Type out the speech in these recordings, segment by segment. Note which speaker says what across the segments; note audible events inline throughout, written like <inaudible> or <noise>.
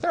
Speaker 1: There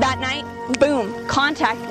Speaker 2: That night, boom, contact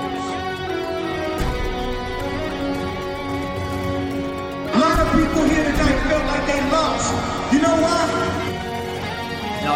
Speaker 3: A lot of people here tonight felt like they lost. You know why?
Speaker 4: Now,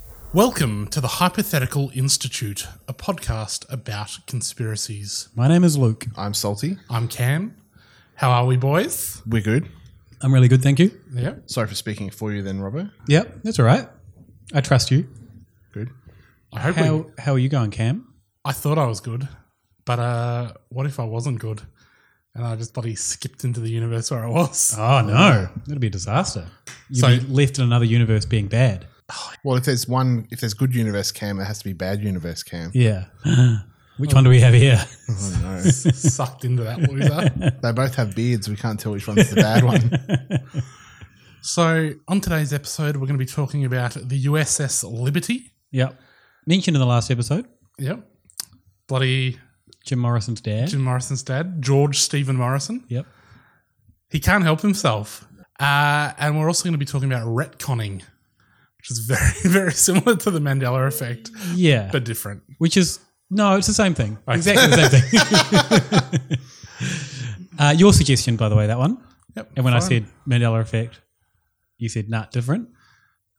Speaker 5: Welcome to the Hypothetical Institute, a podcast about conspiracies.
Speaker 6: My name is Luke.
Speaker 7: I'm Salty.
Speaker 5: I'm Cam. How are we, boys?
Speaker 7: We're good.
Speaker 6: I'm really good, thank you.
Speaker 5: Yeah.
Speaker 7: Sorry for speaking for you then, Robbo.
Speaker 6: Yep, that's all right. I trust you.
Speaker 7: Good.
Speaker 5: I hope
Speaker 6: how,
Speaker 5: we-
Speaker 6: how are you going, Cam?
Speaker 5: I thought I was good, but uh, what if I wasn't good? And I just bloody skipped into the universe where I was.
Speaker 6: Oh no, that'd be a disaster. You'd
Speaker 5: So-
Speaker 6: be left in another universe being bad.
Speaker 7: Well, if there's one, if there's good universe cam, it has to be bad universe cam.
Speaker 6: Yeah. <gasps> Which one do we have here?
Speaker 7: Oh,
Speaker 5: <laughs> Sucked into that loser.
Speaker 7: no. <laughs> they both have beards. We can't tell which one's the bad one.
Speaker 5: <laughs> so, on today's episode, we're going to be talking about the USS Liberty.
Speaker 6: Yep. Mentioned in the last episode,
Speaker 5: Yep. Bloody
Speaker 6: Jim Morrison's dad.
Speaker 5: Jim Morrison's dad, George Stephen Morrison.
Speaker 6: Yep.
Speaker 5: He can't help himself. Uh, and we're also going to be talking about retconning, which is <laughs> very, very similar to the Mandela effect,
Speaker 6: Yeah.
Speaker 5: but different.
Speaker 6: Which is no, it's the same thing. Exactly the same
Speaker 5: <laughs>
Speaker 6: thing. uh, your suggestion, by the way, that one.
Speaker 5: Yep.
Speaker 6: And when I
Speaker 5: fine.
Speaker 6: said Mandela effect, you said not different.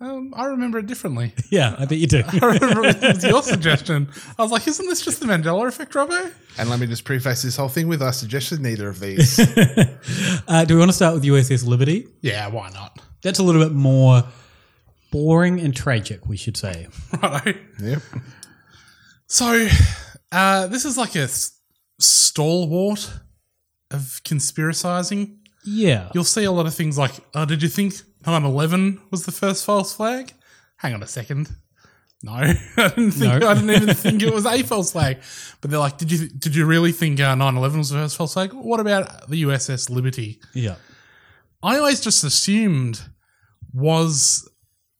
Speaker 5: um, I remember it differently.
Speaker 6: <laughs> Yeah, I bet you do.
Speaker 5: <laughs> I remember it was your suggestion. I was like, isn't this just the Mandela effect, Robbo?
Speaker 7: And let me just preface this whole thing with I suggested neither of these.
Speaker 6: <laughs> uh, do we want to start with USS Liberty?
Speaker 5: Yeah, why not?
Speaker 6: That's a little bit more boring and tragic, we should say.
Speaker 5: <laughs> Righto.
Speaker 7: yep.
Speaker 5: So, uh, this is like a s- stalwart of conspiracizing.
Speaker 6: Yeah.
Speaker 5: You'll see a lot of things like, oh, did you think 9 11 was the first false flag? Hang on a second. No, <laughs> I didn't think.
Speaker 6: No.
Speaker 5: I didn't even think it was
Speaker 6: <laughs>
Speaker 5: a false flag. But they're like, did you did you really think 9 11 was the first false flag? What about the USS Liberty?
Speaker 6: yeah.
Speaker 5: I always just assumed was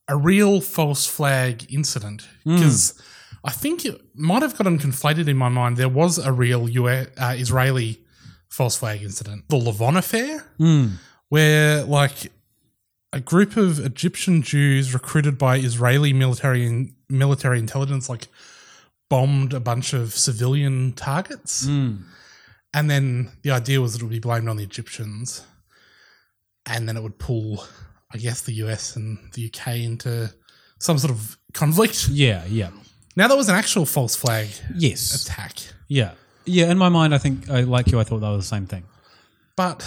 Speaker 5: a real false flag incident because I think it might have gotten conflated in my mind. There was a real US, uh, Israeli false flag incident, the Levon affair, where like a group of Egyptian Jews recruited by Israeli military and military intelligence like bombed a bunch of civilian targets. And then the idea was it would be blamed on the Egyptians. And then it would pull, I guess, the US and the UK into some sort of conflict.
Speaker 6: Yeah. Yeah.
Speaker 5: Now, that was an actual false flag
Speaker 6: Yes.
Speaker 5: attack.
Speaker 6: Yeah. Yeah. In my mind, I think, I like you, I thought that was the same thing.
Speaker 5: But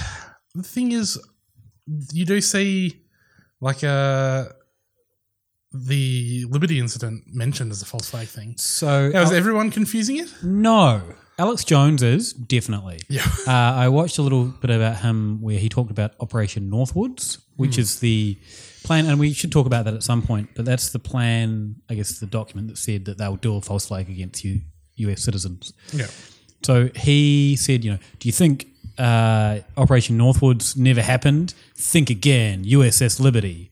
Speaker 5: the thing is, you do see like uh, the Liberty incident mentioned as a false flag thing.
Speaker 6: So, uh,
Speaker 5: Now, is
Speaker 6: Al-
Speaker 5: everyone confusing it?
Speaker 6: no. Alex Jones is definitely.
Speaker 5: Yeah.
Speaker 6: Uh, I watched a little bit about him where he talked about Operation Northwoods, which
Speaker 5: Hmm.
Speaker 6: is the plan, and we should talk about that at some point. But that's the plan, I guess, the document that said that they'll do a false flag against you, U.S. citizens.
Speaker 5: Yeah.
Speaker 6: So he said, you know, do you think uh, Operation Northwoods never happened? Think again, USS Liberty.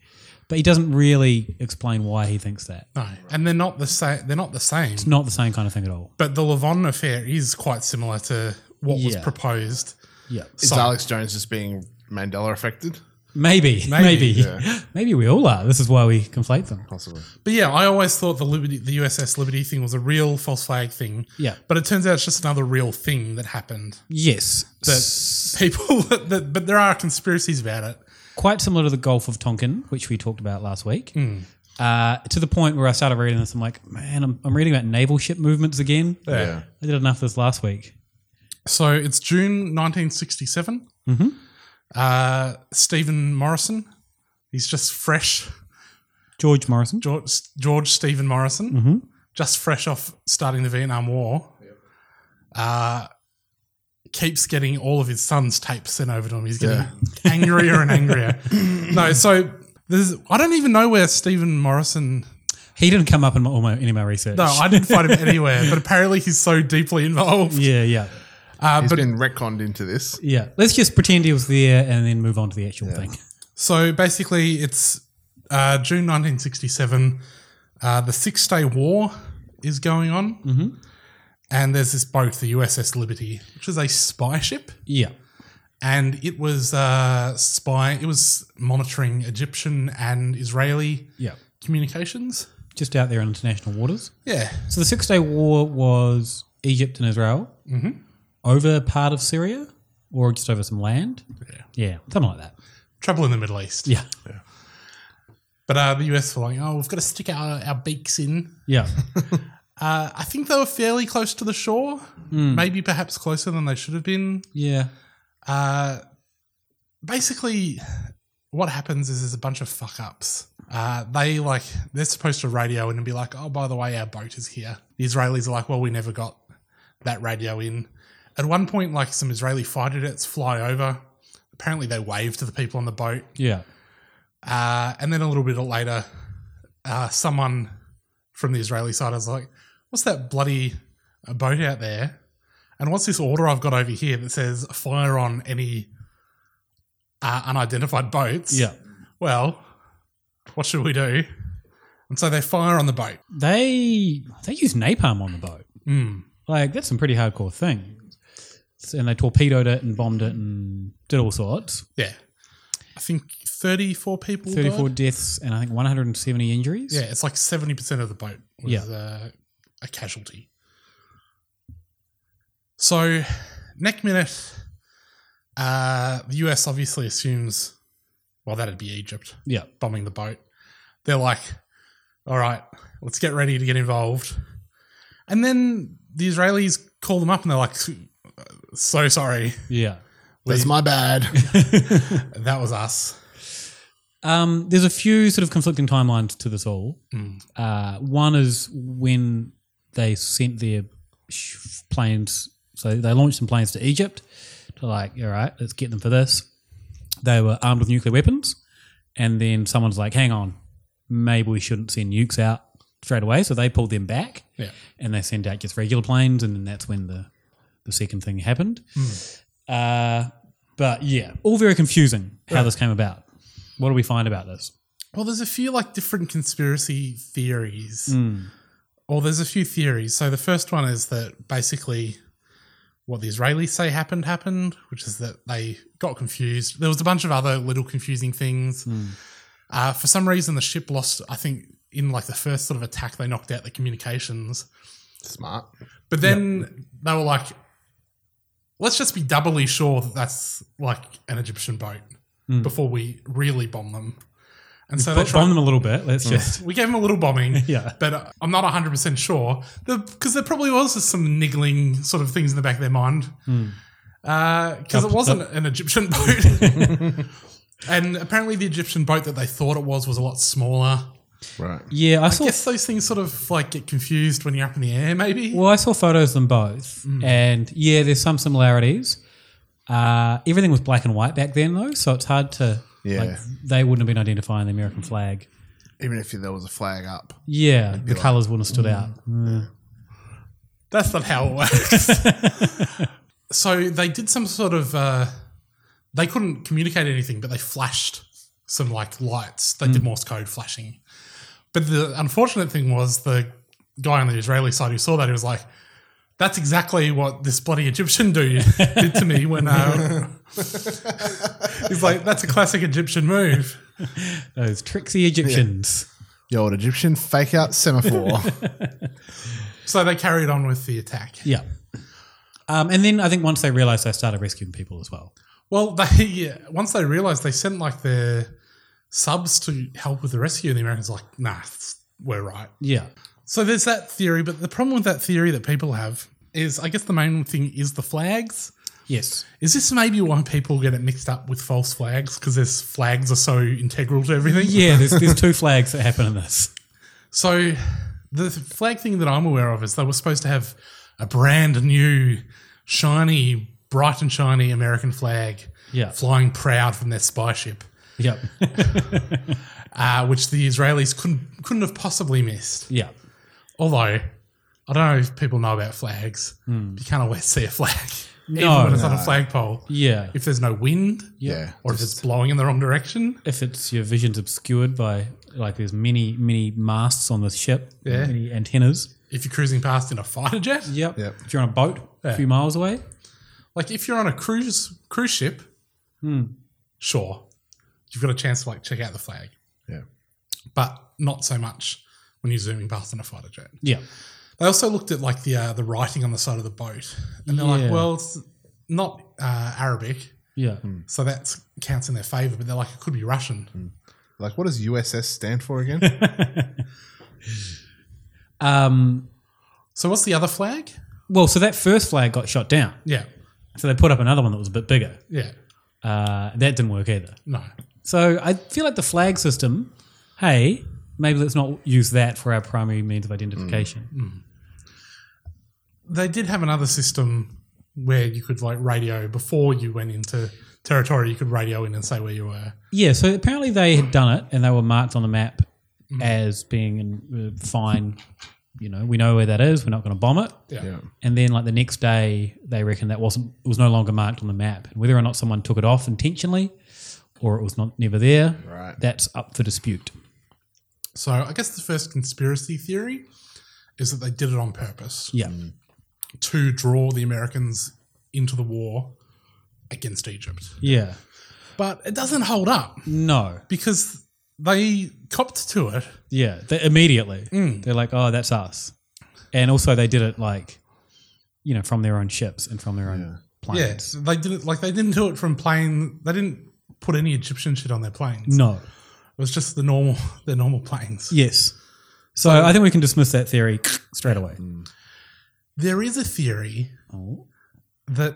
Speaker 6: But he doesn't really explain why he thinks that.
Speaker 5: No, and they're not the same. They're not the same.
Speaker 6: It's not the same kind of thing at all.
Speaker 5: But the Levon affair is quite similar to what was
Speaker 6: Yeah.
Speaker 5: proposed.
Speaker 6: Yeah.
Speaker 7: Is
Speaker 5: So-
Speaker 7: Alex Jones just being Mandela affected?
Speaker 6: Maybe, maybe,
Speaker 5: Maybe,
Speaker 6: <laughs> maybe, we all are. This is why we conflate them.
Speaker 7: Possibly.
Speaker 5: But yeah, I always thought the Liberty, the USS Liberty thing was a real false flag thing.
Speaker 6: Yeah.
Speaker 5: But it turns out it's just another real thing that happened.
Speaker 6: Yes.
Speaker 5: That
Speaker 6: It's
Speaker 5: people, <laughs> that, but there are conspiracies about it.
Speaker 6: Quite similar to the Gulf of Tonkin, which we talked about last week.
Speaker 5: Hmm.
Speaker 6: Uh, to the point where I started reading this, I'm like, man, I'm, I'm reading about naval ship movements again.
Speaker 5: Yeah.
Speaker 6: I did enough of this last week.
Speaker 5: So it's June 1967.
Speaker 6: Mm-hmm.
Speaker 5: Uh, Stephen Morrison. He's just fresh.
Speaker 6: George Morrison.
Speaker 5: George, George Stephen Morrison.
Speaker 6: Mhm.
Speaker 5: Just fresh off starting the Vietnam War. Uh, keeps getting all of his son's tapes sent over to him. He's getting
Speaker 7: Yeah.
Speaker 5: angrier and
Speaker 6: <laughs>
Speaker 5: angrier. no, so there's, I don't even know where Stephen Morrison
Speaker 6: He didn't come up in my, all my, any of my research.
Speaker 5: No, I didn't find him anywhere, but apparently he's so deeply
Speaker 6: <laughs>
Speaker 5: involved.
Speaker 6: Yeah, yeah.
Speaker 5: Uh,
Speaker 7: He's
Speaker 5: but
Speaker 7: been retconned into this.
Speaker 6: yeah. Let's just pretend he was there and then move on to the actual thing. <laughs>
Speaker 5: so basically, it's uh, June 1967. Uh, the Six Day War is going on,
Speaker 6: Mhm.
Speaker 5: and there's this boat, the USS Liberty, which is a spy ship,
Speaker 6: Yeah.
Speaker 5: and it was uh, spy. It was monitoring Egyptian and Israeli
Speaker 6: Yeah.
Speaker 5: communications.
Speaker 6: Just out there in international waters.
Speaker 5: Yeah.
Speaker 6: So the Six Day War was Egypt and Israel
Speaker 5: Mhm.
Speaker 6: over part of Syria or just over some land.
Speaker 5: Yeah.
Speaker 6: Yeah. Something like that.
Speaker 5: Trouble in the Middle East.
Speaker 6: Yeah.
Speaker 5: But uh, the US were like, oh, we've got to stick our, our beaks in. <laughs>
Speaker 6: Yeah.
Speaker 5: Uh, I think they were fairly close to the shore,
Speaker 6: Hmm.
Speaker 5: maybe perhaps closer than they should have been.
Speaker 6: Yeah.
Speaker 5: Uh, basically, what happens is there's a bunch of fuck ups. Uh, they like they're supposed to radio in and be like, oh, by the way, our boat is here. The Israelis are like, well, we never got that radio in. At one point, like some Israeli fighter jets fly over. Apparently, they wave to the people on the boat.
Speaker 6: Yeah.
Speaker 5: Uh, and then a little bit later, uh, someone from the Israeli side is like, "What's that bloody uh, boat out there? And what's this order I've got over here that says fire on any uh, unidentified boats?"
Speaker 6: Yeah.
Speaker 5: Well, what should we do? And so they fire on the boat.
Speaker 6: They they used napalm on the boat.
Speaker 5: Mm.
Speaker 6: Like that's some pretty hardcore thing. And they torpedoed it and bombed it and did all sorts.
Speaker 5: Yeah. I think thirty-four people.
Speaker 6: 34
Speaker 5: died.
Speaker 6: deaths and I think 170 injuries.
Speaker 5: Yeah, it's like seventy percent of the boat was
Speaker 6: Yeah.
Speaker 5: uh, a casualty. So, next minute, uh, the US obviously assumes, well, that'd be Egypt.
Speaker 6: Yeah.
Speaker 5: bombing the boat. They're like, all right, let's get ready to get involved. And then the Israelis call them up and they're like, so sorry,
Speaker 6: Yeah.
Speaker 7: That's my
Speaker 6: <laughs>
Speaker 7: bad.
Speaker 5: that was us.
Speaker 6: Um, there's a few sort of conflicting timelines to this all.
Speaker 5: Mm.
Speaker 6: Uh, one is when they sent their sh- planes, so they launched some planes to Egypt to like, all right, let's get them for this. They were armed with nuclear weapons, and then someone's like, hang on, maybe we shouldn't send nukes out straight away. So they pulled them back,
Speaker 5: Yeah.
Speaker 6: and they sent out just regular planes, and then that's when the the second thing happened. Uh, but yeah, all very confusing how
Speaker 5: Yeah.
Speaker 6: this came about. What do we find about this?
Speaker 5: Well, there's a few like different conspiracy theories. Well, there's a few theories. So the first one is that basically what the Israelis say happened happened, which is that they got confused. There was a bunch of other little confusing things.
Speaker 6: Hmm.
Speaker 5: Uh, for some reason, the ship lost. I think in like the first sort of attack, they knocked out the communications.
Speaker 7: Smart.
Speaker 5: But then they were like, "Let's just be doubly sure that that's like an Egyptian boat
Speaker 6: Mm.
Speaker 5: before we really bomb them." And
Speaker 6: We
Speaker 5: so
Speaker 6: bo-
Speaker 5: they tried-
Speaker 6: bomb them a little bit. Let's just
Speaker 5: we gave him a little bombing.
Speaker 6: Mm. <laughs> Yeah.
Speaker 5: But uh, I'm not 100% sure because there probably was just some niggling sort of things in the back of their mind
Speaker 6: Hmm. Up-
Speaker 5: because it wasn't
Speaker 6: up.
Speaker 5: an
Speaker 6: <laughs>
Speaker 5: Egyptian <laughs> boat. and apparently the Egyptian boat that they thought it was was a lot smaller.
Speaker 7: Right.
Speaker 6: Yeah, I,
Speaker 5: I,
Speaker 6: saw.
Speaker 5: guess those things sort of like get confused when you're up in the air, maybe.
Speaker 6: Well, I saw photos of them both, and yeah, there's some similarities. Uh, everything was black and white back then, though, so it's hard to.
Speaker 7: Yeah.
Speaker 6: like, they wouldn't have been identifying the American flag.
Speaker 7: Even if there was a flag up.
Speaker 6: Yeah,
Speaker 7: It'd be
Speaker 6: the
Speaker 7: like-
Speaker 6: colours wouldn't have stood out.
Speaker 5: That's not how it works.
Speaker 6: <laughs>
Speaker 5: so they did some sort of. Uh, they couldn't communicate anything, but they flashed some like lights. They
Speaker 6: Hmm.
Speaker 5: did Morse code flashing. But the unfortunate thing was the guy on the Israeli side who saw that he was like, "That's exactly what this bloody
Speaker 6: <laughs>
Speaker 5: Egyptian dude did to me when." Uh, he's like, "That's a classic Egyptian move."
Speaker 6: Those tricksy Egyptians.
Speaker 7: The old Egyptian
Speaker 6: <laughs>
Speaker 7: fake out semaphore. <laughs>
Speaker 5: So they carried on with the attack.
Speaker 6: Yeah. Um, and then I think once they realised, they started rescuing people as well.
Speaker 5: Well, they <laughs> yeah, once they realized they sent like their subs to help with the rescue, and the Americans were like, nah, it's- we're right.
Speaker 6: Yeah.
Speaker 5: So there's that theory, but the problem with that theory that people have is, I guess the main thing is the flags.
Speaker 6: Yes.
Speaker 5: Is this maybe why people get it mixed up with false flags? Because there's flags are so integral to everything.
Speaker 6: Yeah, there's, there's two flags that happen in this.
Speaker 5: So the th- flag thing that I'm aware of is they were supposed to have a brand new, shiny, bright and shiny American flag
Speaker 6: Yeah.
Speaker 5: flying proud from their spy ship,
Speaker 6: <laughs> Yep.
Speaker 5: uh, which the Israelis couldn't couldn't have possibly missed.
Speaker 6: Yeah.
Speaker 5: Although I don't know if people know about flags.
Speaker 6: Hmm.
Speaker 5: You can't always see a flag. <laughs>
Speaker 6: No.
Speaker 5: Even when it's on a
Speaker 6: No.
Speaker 5: flagpole.
Speaker 6: Yeah.
Speaker 5: If there's no wind.
Speaker 6: Yeah.
Speaker 5: Or if it's blowing in the wrong direction.
Speaker 6: If it's your vision's obscured by like there's many many masts on the ship,
Speaker 5: Yeah.
Speaker 6: many antennas.
Speaker 5: If you're cruising past in a fighter jet.
Speaker 6: Yep. If you're on a boat
Speaker 5: Yeah.
Speaker 6: a few miles away,
Speaker 5: Like if you're on a cruise cruise ship,
Speaker 6: Hmm.
Speaker 5: sure, you've got a chance to like check out the flag.
Speaker 7: Yeah.
Speaker 5: But not so much when you're zooming past on a fighter jet.
Speaker 6: Yeah.
Speaker 5: They also looked at like the uh, the writing on the side of the boat, and they're
Speaker 6: Yeah.
Speaker 5: like, well, it's not uh, Arabic.
Speaker 6: Yeah.
Speaker 5: So that counts in their favor, but they're like, it could be Russian.
Speaker 6: Hmm.
Speaker 7: Like, what does USS stand for again?
Speaker 6: um,
Speaker 5: so what's the other flag?
Speaker 6: Well, so that first flag got shot down.
Speaker 5: Yeah.
Speaker 6: So they put up another one that was a bit bigger.
Speaker 5: Yeah.
Speaker 6: Uh, that didn't work either.
Speaker 5: No.
Speaker 6: So I feel like the flag system, hey, maybe let's not use that for our primary means of identification.
Speaker 5: They did have another system where you could like radio before you went into territory. You could radio in and say where you were.
Speaker 6: <laughs> Yeah, so apparently they had done it and they were marked on the map as being in, uh, fine. You know, we know where that is. We're not going to bomb it.
Speaker 5: Yeah. Yeah.
Speaker 6: And then, like the next day, they reckon that wasn't it was no longer marked on the map, and whether or not someone took it off intentionally, or it was not never there,
Speaker 7: Right.
Speaker 6: that's up for dispute.
Speaker 5: So I guess the first conspiracy theory is that they did it on purpose.
Speaker 6: Yeah.
Speaker 5: To draw the Americans into the war against Egypt.
Speaker 6: Yeah.
Speaker 5: But it doesn't hold up
Speaker 6: No.
Speaker 5: because they copped to it.
Speaker 6: Yeah, they, immediately
Speaker 5: Mm.
Speaker 6: they're like, "Oh, that's us," and also they did it like, you know, from their own ships and from their own planes.
Speaker 5: Yeah. They did it like they didn't do it from plane they didn't put any Egyptian shit on their planes.
Speaker 6: No.
Speaker 5: It was just the normal <laughs> their normal planes.
Speaker 6: Yes. So, I think we can dismiss that theory straight away.
Speaker 5: There is a theory
Speaker 6: Oh.
Speaker 5: that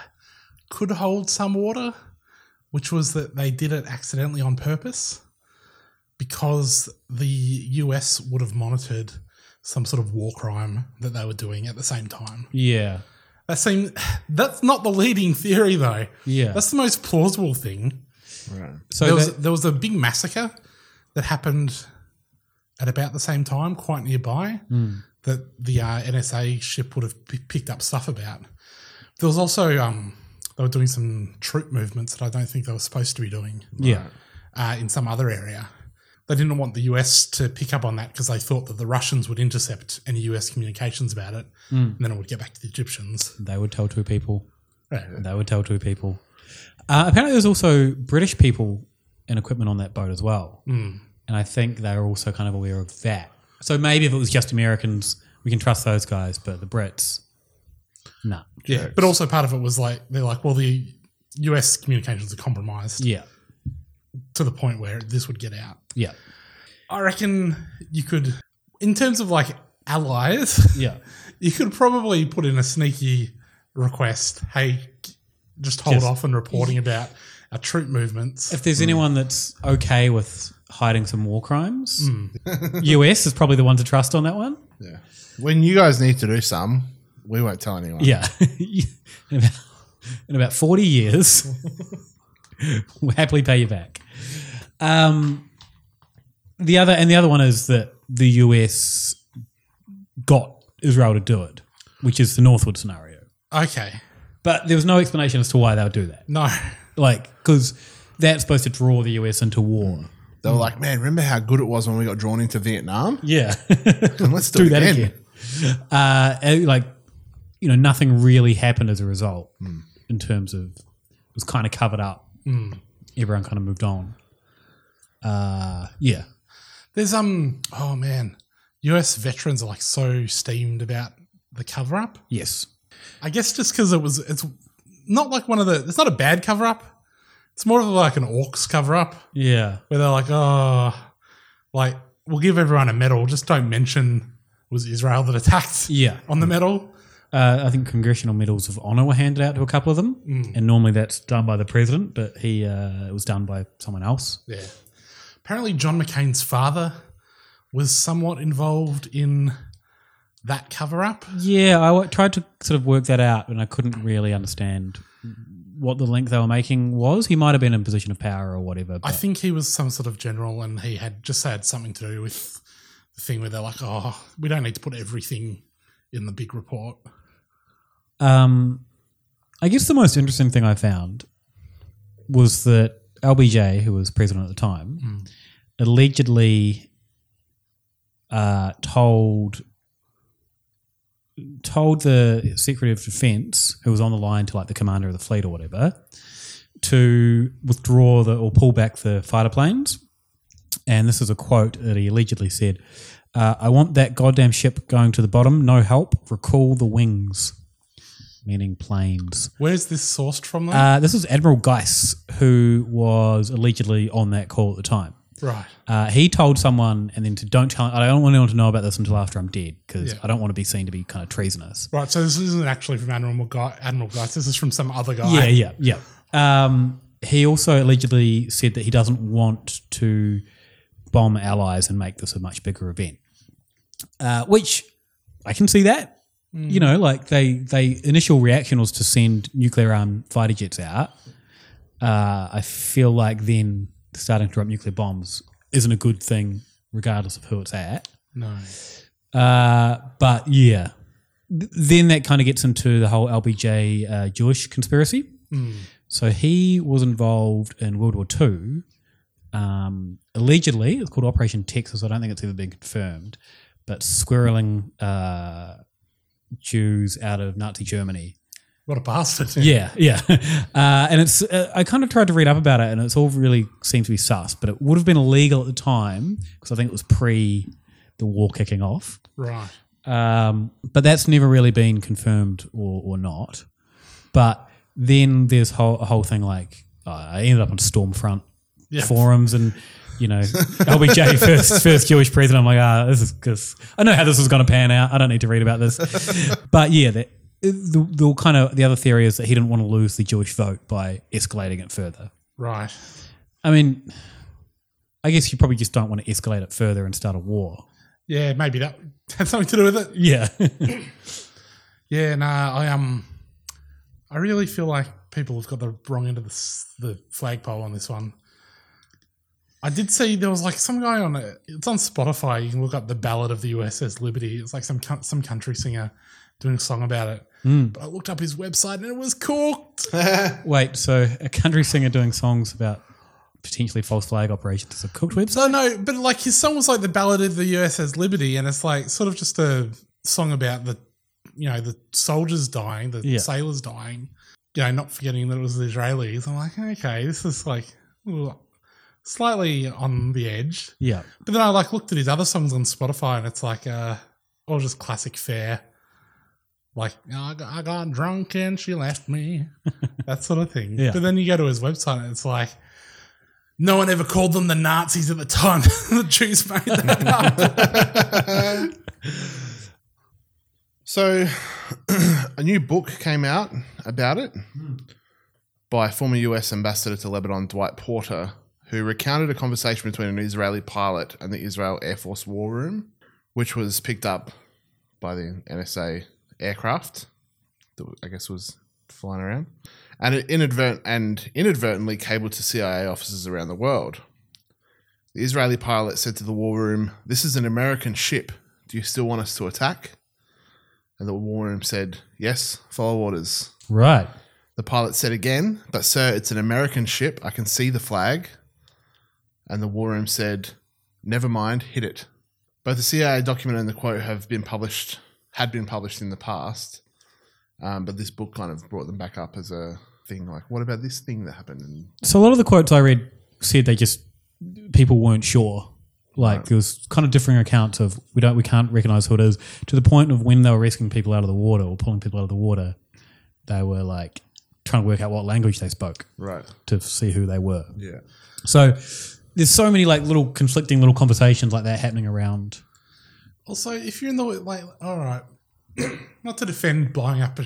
Speaker 5: <sighs> could hold some water, which was that they did it accidentally on purpose because the US would have monitored some sort of war crime that they were doing at the same time.
Speaker 6: Yeah.
Speaker 5: That seems <sighs> that's not the leading theory though.
Speaker 6: Yeah.
Speaker 5: That's the most plausible thing.
Speaker 7: Right.
Speaker 6: So
Speaker 5: there, was,
Speaker 6: that-
Speaker 5: there was a big massacre that happened at about the same time, quite nearby,
Speaker 6: Mm.
Speaker 5: that the uh, NSA ship would have p- picked up stuff about. There was also um, they were doing some troop movements that I don't think they were supposed to be doing.
Speaker 6: Yeah.
Speaker 5: uh, in some other area, they didn't want the US to pick up on that because they thought that the Russians would intercept any US communications about it,
Speaker 6: Mm.
Speaker 5: and then it would get back to the Egyptians.
Speaker 6: They would tell two people.
Speaker 5: Right.
Speaker 6: They would tell two people. Uh, apparently, there's also British people and equipment on that boat as well.
Speaker 5: Mm.
Speaker 6: And I think they were also kind of aware of that. So maybe if it was just Americans, we can trust those guys, but the Brits, no.
Speaker 5: Yeah, but also part of it was like they're like, well, the US communications are compromised.
Speaker 6: Yeah.
Speaker 5: to the point where this would get out.
Speaker 6: Yeah.
Speaker 5: I reckon you could, in terms of like allies,
Speaker 6: Yeah.
Speaker 5: <laughs> you could probably put in a sneaky request. Hey, just hold
Speaker 6: Just-
Speaker 5: off on reporting about our troop movements.
Speaker 6: If there's anyone that's okay with hiding some war crimes, <laughs>
Speaker 5: Mm.
Speaker 6: US is probably the one to trust on that one.
Speaker 7: Yeah. When you guys need to do some, we won't tell anyone.
Speaker 6: <laughs> Yeah. in, about, in about 40 years, <laughs> we'll happily pay you back. Um, the other and the other one is that the US got Israel to do it, which is the Northwood scenario.
Speaker 5: Okay.
Speaker 6: But there was no explanation as to why they would do that.
Speaker 5: No.
Speaker 6: Like, because that's supposed to draw the US into war.
Speaker 7: They were like, man, remember how good it was when we got drawn into Vietnam? <laughs>
Speaker 6: Yeah.
Speaker 7: And
Speaker 6: <laughs>
Speaker 7: let's do, it
Speaker 6: that
Speaker 7: again.
Speaker 6: again. Uh, and, like, you know, nothing really happened as a result in terms of it was kind of covered up.
Speaker 5: Mm.
Speaker 6: Everyone kind of moved on. Uh, yeah.
Speaker 5: There's um oh man, US veterans are like so steamed about the cover up.
Speaker 6: Yes.
Speaker 5: I guess just because it was, it's not like one of the. It's not a bad cover up. It's more of like an orcs cover up.
Speaker 6: Yeah.
Speaker 5: where they're like, oh, like we'll give everyone a medal, just don't mention it was Israel that attacked.
Speaker 6: Yeah.
Speaker 5: on the medal.
Speaker 6: Uh, I think congressional medals of honor were handed out to a couple of them,
Speaker 5: Mm.
Speaker 6: and normally that's done by the president, but he uh, it was done by someone else.
Speaker 5: Yeah. Apparently, John McCain's father was somewhat involved in that cover up.
Speaker 6: Yeah, I w- tried to sort of work that out, and I couldn't really understand what the link they were making was. He might have been in a position of power or whatever.
Speaker 5: I
Speaker 6: But
Speaker 5: think he was some sort of general, and he had just had something to do with the thing where they're like, oh, we don't need to put everything in the big report.
Speaker 6: um, I guess the most interesting thing I found was that LBJ, who was president at the time,
Speaker 5: Mm.
Speaker 6: allegedly uh, told told the Secretary of Defense, who was on the line to like the commander of the fleet or whatever, to withdraw the or pull back the fighter planes. And this is a quote that he allegedly said: uh, "I want that goddamn ship going to the bottom. No help. Recall the wings." Meaning planes.
Speaker 5: Where's this sourced from? Though?
Speaker 6: Uh, this was Admiral Geiss, who was allegedly on that call at the time.
Speaker 5: Right.
Speaker 6: Uh, he told someone, and then to don't tell. I don't want anyone to know about this until after I'm dead, because
Speaker 5: Yeah.
Speaker 6: I don't want to be seen to be kind of treasonous.
Speaker 5: Right, so this isn't actually from Admiral Guy. Admiral Guy. This is from some other guy.
Speaker 6: Yeah, yeah, yeah. Um, he also allegedly said that he doesn't want to bomb allies and make this a much bigger event, uh, which I can see that.
Speaker 5: Mm.
Speaker 6: You know, like they they initial reaction was to send nuclear armed fighter jets out. Uh, I feel like then starting to drop nuclear bombs isn't a good thing, regardless of who it's at.
Speaker 5: No.
Speaker 6: Uh, but yeah, Th- then that kind of gets into the whole LBJ uh, Jewish conspiracy.
Speaker 5: Mm.
Speaker 6: So he was involved in World War Two. Um, allegedly, it's called Operation Texas. I don't think it's ever been confirmed, but squirreling uh, Jews out of Nazi Germany
Speaker 5: What a bastard.
Speaker 6: <laughs> yeah, yeah. Uh, and it's uh, I kind of tried to read up about it, and it's all really seems to be sus. But it would have been illegal at the time because I think it was pre the war kicking off.
Speaker 5: Right.
Speaker 6: Um, but that's never really been confirmed or, or not. But then there's whole, a whole thing like uh, I ended up on Stormfront
Speaker 5: Yeah.
Speaker 6: forums and. You know, LBJ first first Jewish president. I'm like, ah, this is because I know how this is going to pan out. I don't need to read about this. but yeah, the, the, the kind of the other theory is that he didn't want to lose the Jewish vote by escalating it further.
Speaker 5: Right.
Speaker 6: I mean, I guess you probably just don't want to escalate it further and start a war.
Speaker 5: Yeah, maybe that <laughs> had something to do with
Speaker 6: <laughs>
Speaker 5: it.
Speaker 6: Yeah.
Speaker 5: yeah, nah, I um, I really feel like people have got the wrong end of the, s- the flagpole on this one. I did see there was like some guy on a, it's on Spotify. You can look up the Ballad of the USS Liberty. It's like some coun- some country singer doing a song about it.
Speaker 6: Hmm.
Speaker 5: But I looked up his website and it was cooked.
Speaker 6: Wait, so a country singer doing songs about potentially false flag operations is a cooked website?
Speaker 5: No, no, but like his song was like the Ballad of the USS Liberty, and it's like sort of just a song about the, you know, the soldiers dying, the
Speaker 6: Yeah.
Speaker 5: sailors dying, you know, not forgetting that it was the Israelis. I'm like, okay, this is like a little- slightly on the edge.
Speaker 6: Yeah.
Speaker 5: But then I like looked at his other songs on Spotify, and it's like uh, all just classic fare. Like "Oh, I got, I got drunk and she left me, that sort of thing.
Speaker 6: Yeah.
Speaker 5: But then you go to his website, and it's like no one ever called them the Nazis at the time. <laughs> the Jews
Speaker 6: <laughs>
Speaker 5: made that up.
Speaker 7: So, <clears throat> a new book came out about it by former US ambassador to Lebanon Dwight Porter, who recounted a conversation between an Israeli pilot and the Israel Air Force War Room, which was picked up by the NSA aircraft that I guess was flying around, and it inadvert- and inadvertently cabled to CIA officers around the world. The Israeli pilot said to the war room, This is an American ship. Do you still want us to attack? And the war room said, Yes, follow orders.
Speaker 6: Right.
Speaker 7: The pilot said again, But sir, it's an American ship. I can see the flag. And the war room said, Never mind, hit it. Both the CIA document and the quote have been published, had been published in the past. Um, but this book kind of brought them back up as a thing like, What about this thing that happened? And
Speaker 6: So a lot of the quotes I read said they just people weren't sure. Like there was kind of differing accounts of we don't we can't recognize who it is to the point of when they were rescuing people out of the water or pulling people out of the water, they were like trying to work out what language they spoke,
Speaker 7: Right.
Speaker 6: to see who they were.
Speaker 7: Yeah.
Speaker 6: So there's so many like little conflicting little conversations like that happening around.
Speaker 5: Also, if you're in the like, all right, <clears throat> not to defend blowing up a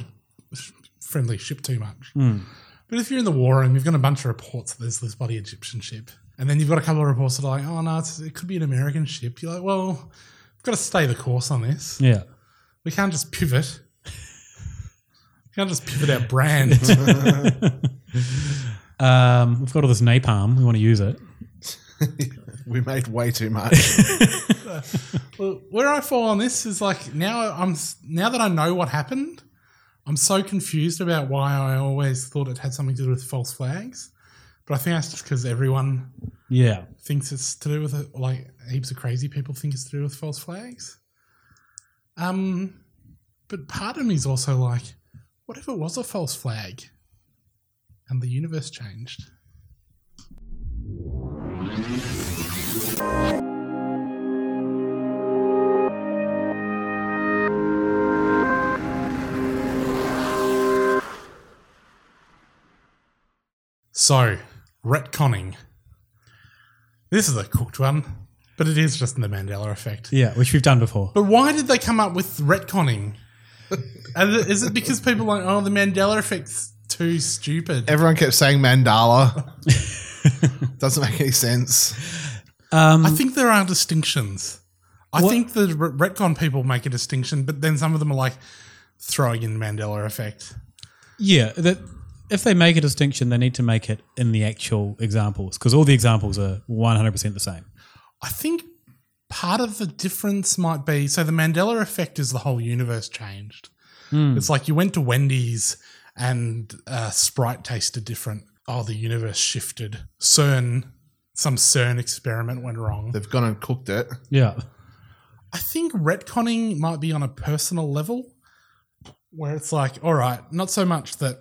Speaker 5: friendly ship too much,
Speaker 6: Mm.
Speaker 5: but if you're in the war and you've got a bunch of reports that there's this bloody Egyptian ship, and then you've got a couple of reports that are like, oh no, it's, it could be an American ship. You're like, well, we've got to stay the course on this.
Speaker 6: Yeah.
Speaker 5: we can't just pivot. we can't just
Speaker 6: <laughs>
Speaker 5: pivot our brand.
Speaker 6: um, we've got all this napalm. We want to use it.
Speaker 7: we made way too much.
Speaker 5: Well, where I fall on this is like now I'm now that I know what happened, I'm so confused about why I always thought it had something to do with false flags, but I think that's just because everyone
Speaker 6: Yeah.
Speaker 5: thinks it's to do with it. Like heaps of crazy people think it's to do with false flags. Um, but part of me is also like, what if it was a false flag, and the universe changed? So, retconning. This is a cooked one, but it is just in the Mandela effect.
Speaker 6: Yeah, which we've done before.
Speaker 5: But why did they come up with retconning? And is it because people are like, oh, the Mandela effect's too stupid?
Speaker 7: Everyone kept saying mandala. Doesn't make any sense.
Speaker 6: Um,
Speaker 5: I think there are distinctions. I think the re- retcon people make a distinction, but then some of them are like throwing in Mandela effect.
Speaker 6: Yeah, that if they make a distinction, they need to make it in the actual examples because all the examples are 100% the same.
Speaker 5: I think part of the difference might be so the Mandela effect is the whole universe changed.
Speaker 6: Hmm.
Speaker 5: It's like you went to Wendy's and uh, Sprite tasted different. Oh, the universe shifted. CERN, some CERN experiment went wrong.
Speaker 7: They've gone and cooked it.
Speaker 6: Yeah.
Speaker 5: I think retconning might be on a personal level where it's like, all right, not so much that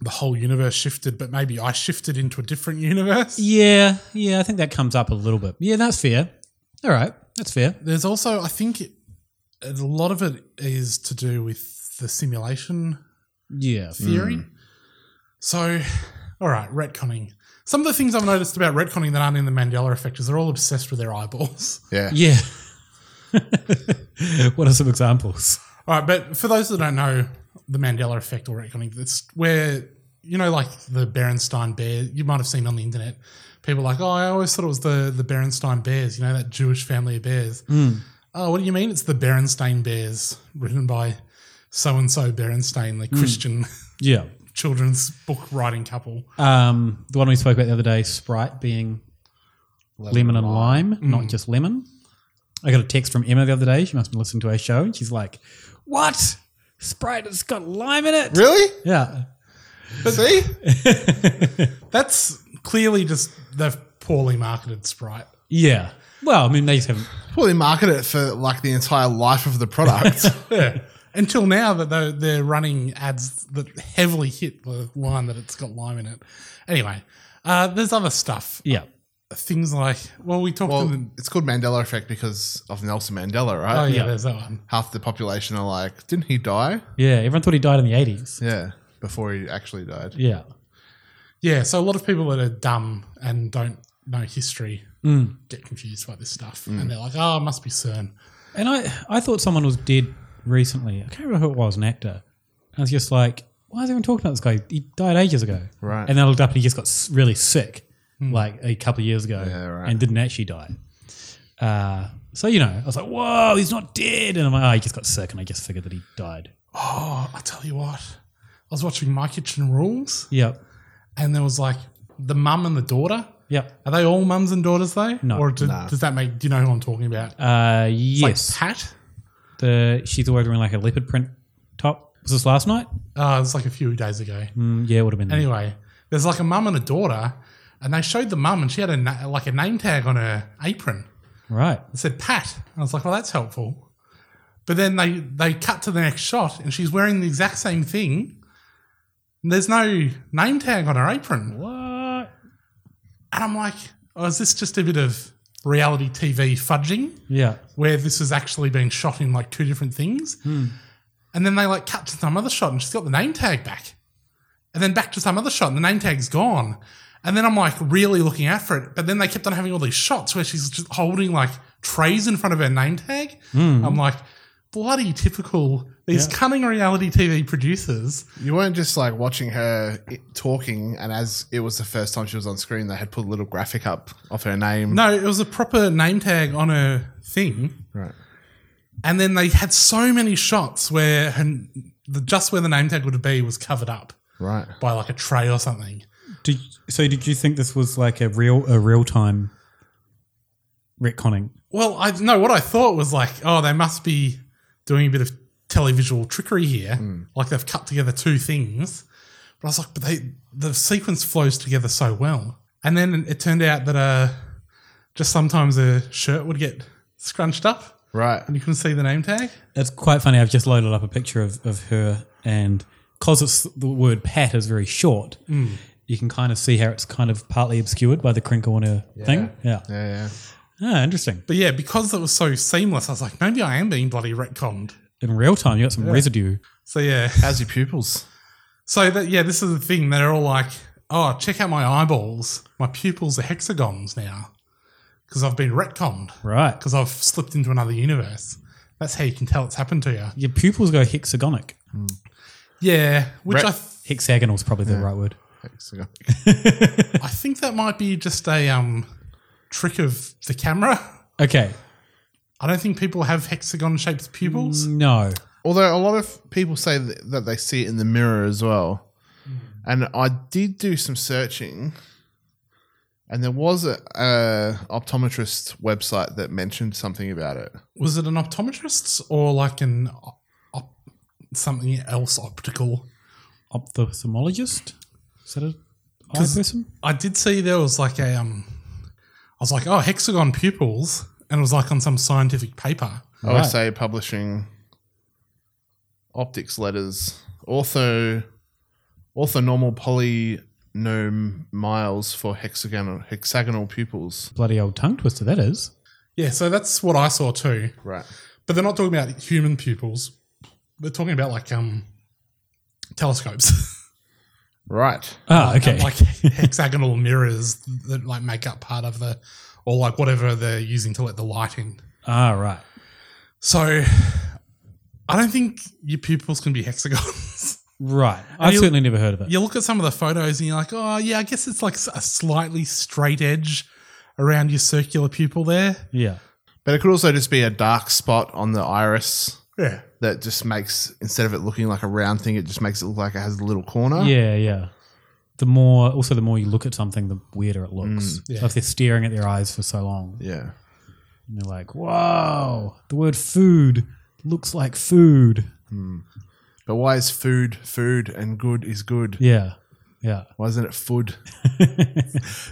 Speaker 5: the whole universe shifted, but maybe I shifted into a different universe.
Speaker 6: Yeah, yeah, I think that comes up a little bit. Yeah, that's fair. All right, that's fair.
Speaker 5: There's also, I think, a lot of it is to do with the simulation
Speaker 6: Yeah. Mm.
Speaker 5: theory. So, all right, retconning. Some of the things I've noticed about retconning that aren't in the Mandela effect is they're all obsessed with their eyeballs.
Speaker 7: Yeah.
Speaker 6: Yeah. <laughs> what are some examples?
Speaker 5: All right, but for those that don't know the Mandela effect or retconning, it's where you know, like the Berenstain Bear. You might have seen on the internet people like, "Oh, I always thought it was the the Berenstain Bears." You know, that Jewish family of bears.
Speaker 6: Mm.
Speaker 5: Oh, what do you mean? It's the Berenstain Bears, written by so and so Berenstain, the
Speaker 6: Mm.
Speaker 5: Christian
Speaker 6: <laughs> Yeah.
Speaker 5: children's book writing couple.
Speaker 6: Um, the one we spoke about the other day, Sprite being lemon, and lime, not
Speaker 5: Mm.
Speaker 6: just lemon. I got a text from Emma the other day. She must have been listening to our show. And she's like, What? Sprite has got lime in it.
Speaker 7: Really?
Speaker 6: Yeah.
Speaker 7: But See?
Speaker 5: That's clearly just they've poorly marketed Sprite.
Speaker 6: Yeah. Well, I mean, they just haven't.
Speaker 7: Well, they market it for like the entire life of the
Speaker 5: <laughs>
Speaker 7: product.
Speaker 5: <laughs> Yeah. Until now, that they're, they're running ads that heavily hit the line that it's got lime in it. Anyway, uh, there's other stuff.
Speaker 6: Yeah.
Speaker 5: Things like, well, we talked.
Speaker 7: well,
Speaker 5: to
Speaker 7: it's called Mandela Effect because of Nelson Mandela, right?
Speaker 5: Oh, yeah, Yeah. there's that one.
Speaker 7: Half the population are like, didn't he die?
Speaker 6: Yeah. Everyone thought he died in the 80s.
Speaker 7: Yeah, before he actually died.
Speaker 6: Yeah.
Speaker 5: yeah, so a lot of people that are dumb and don't know history
Speaker 6: Mm.
Speaker 5: get confused by this stuff,
Speaker 6: Mm.
Speaker 5: and they're like, "Oh, it must be CERN."
Speaker 6: And I, I thought someone was dead recently. I can't remember who it was, an actor. I was just like, why is everyone talking about this guy? He died ages ago.
Speaker 7: Right.
Speaker 6: And then I looked up and he just got s- really sick
Speaker 5: Hmm.
Speaker 6: like a couple of years ago
Speaker 7: right.
Speaker 6: and didn't actually die. Uh, so, you know, I was like, whoa, he's not dead. And I'm like, oh, he just got sick. And I just figured that he died.
Speaker 5: Oh, I tell you what, I was watching My Kitchen Rules.
Speaker 6: Yep.
Speaker 5: and there was like the mum and the daughter.
Speaker 6: Yep.
Speaker 5: Are they all mums and daughters though?
Speaker 6: No.
Speaker 5: Or do,
Speaker 6: No.
Speaker 5: does that make? Do you know who I'm talking about?
Speaker 6: Uh, yes.
Speaker 5: Like Pat.
Speaker 6: The, she's always wearing like a leopard print top. Was this last night?
Speaker 5: Uh, it was like a few days ago.
Speaker 6: Mm, yeah, it would have been.
Speaker 5: Anyway, there's like a mum and a daughter, and they showed the mum, and she had a na- like a name tag on her apron.
Speaker 6: Right.
Speaker 5: It said Pat. I was like, well, that's helpful. But then they they cut to the next shot, and she's wearing the exact same thing. And there's no name tag on her apron.
Speaker 6: What?
Speaker 5: And I'm like, oh, is this just a bit of reality TV fudging,
Speaker 6: Yeah.
Speaker 5: Hmm? where this has actually been shot in like two different things.
Speaker 7: Hmm.
Speaker 5: And then they like cut to some other shot and she's got the name tag back. And then back to some other shot and the name tag's gone. And then I'm like really looking out for it. But then they kept on having all these shots where she's just holding like trays in front of her name tag.
Speaker 7: Hmm.
Speaker 5: I'm like, bloody typical. These
Speaker 7: Yeah.
Speaker 5: cunning reality TV producers.
Speaker 7: You weren't just like watching her i- talking, and as it was the first time she was on screen, they had put a little graphic up of her name.
Speaker 5: No, it was a proper name tag on her thing.
Speaker 7: Right.
Speaker 5: And then they had so many shots where her, the, just where the name tag would be was covered up
Speaker 7: Right.
Speaker 5: by like a tray or something.
Speaker 6: Did, so did you think this was like a real a real time retconning?
Speaker 5: Well, I no, what I thought was like, oh, they must be doing a bit of televisual trickery here.
Speaker 6: Hmm.
Speaker 5: Like they've cut together two things. But I was like, but they the sequence flows together so well. And then it turned out that uh just sometimes a shirt would get scrunched up.
Speaker 7: Right.
Speaker 5: And you couldn't see the name tag.
Speaker 6: It's quite funny. I've just loaded up a picture of, of her, and because it's, the word "pat" is very short,
Speaker 5: Mm.
Speaker 6: you can kind of see how it's kind of partly obscured by the crinkle on her thing. Yeah.
Speaker 7: Yeah,
Speaker 6: yeah. Ah, interesting.
Speaker 5: But yeah, because it was so seamless, I was like, maybe I am being bloody retconned.
Speaker 6: In real time, you got some
Speaker 5: Yeah.
Speaker 6: residue.
Speaker 5: So yeah.
Speaker 7: How's your pupils?
Speaker 5: So that yeah, this is the thing. They're all like, "Oh, check out my eyeballs. My pupils are hexagons now because I've been retconned.
Speaker 6: Right.
Speaker 5: Because I've slipped into another universe. That's how you can tell it's happened to you.
Speaker 6: Your pupils go hexagonic.
Speaker 5: Yeah, which
Speaker 6: Ret-
Speaker 5: I th-
Speaker 6: hexagonal is probably the right word.
Speaker 5: <laughs> I think that might be just a um trick of the camera.
Speaker 6: Okay.
Speaker 5: I don't think people have hexagon shaped pupils.
Speaker 6: No.
Speaker 7: Although a lot of people say that, that they see it in the mirror as well.
Speaker 5: Mm.
Speaker 7: And I did do some searching, and there was a, a optometrist website that mentioned something about it.
Speaker 5: Was it an optometrist or like an op- op- something else optical?
Speaker 6: Ophthalmologist? Is that a eye
Speaker 5: 'Cause
Speaker 6: person?
Speaker 5: I did see there was like a um, I was like, oh, hexagon pupils, and it was like on some scientific paper.
Speaker 7: OSA Publishing, Optics Letters, Ortho, Orthonormal Polynome Miles for Hexagonal Hexagonal Pupils.
Speaker 6: Bloody old tongue twister, that is.
Speaker 5: Yeah, so that's what I saw too.
Speaker 7: Right.
Speaker 5: But they're not talking about human pupils. They're talking about like um, telescopes. <laughs>
Speaker 7: Right.
Speaker 6: Ah, okay.
Speaker 5: And, like <laughs> hexagonal mirrors that like make up part of the, or like whatever they're using to let the light in.
Speaker 6: Ah, right.
Speaker 5: So, I don't think your pupils can be hexagons. <laughs>
Speaker 6: Right.
Speaker 5: And
Speaker 6: I've
Speaker 5: you-
Speaker 6: certainly never heard of it.
Speaker 5: You look at some of the photos and you're like, oh, yeah, I guess it's like a slightly straight edge around your circular pupil there.
Speaker 6: Yeah.
Speaker 7: But it could also just be a dark spot on the iris.
Speaker 5: Yeah.
Speaker 7: That just makes instead of it looking like a round thing, it just makes it look like it has a little corner.
Speaker 6: Yeah, yeah. The more, also, the more you look at something, the weirder it
Speaker 7: Mm.
Speaker 6: looks.
Speaker 7: Yeah.
Speaker 6: So if they're staring at their eyes for so long,
Speaker 7: yeah,
Speaker 6: and they're like,
Speaker 5: Ah.
Speaker 6: "Whoa, the word food looks like food."
Speaker 7: Hmm. But why is food food and good is good?
Speaker 6: Yeah. Yeah.
Speaker 7: Why isn't it food?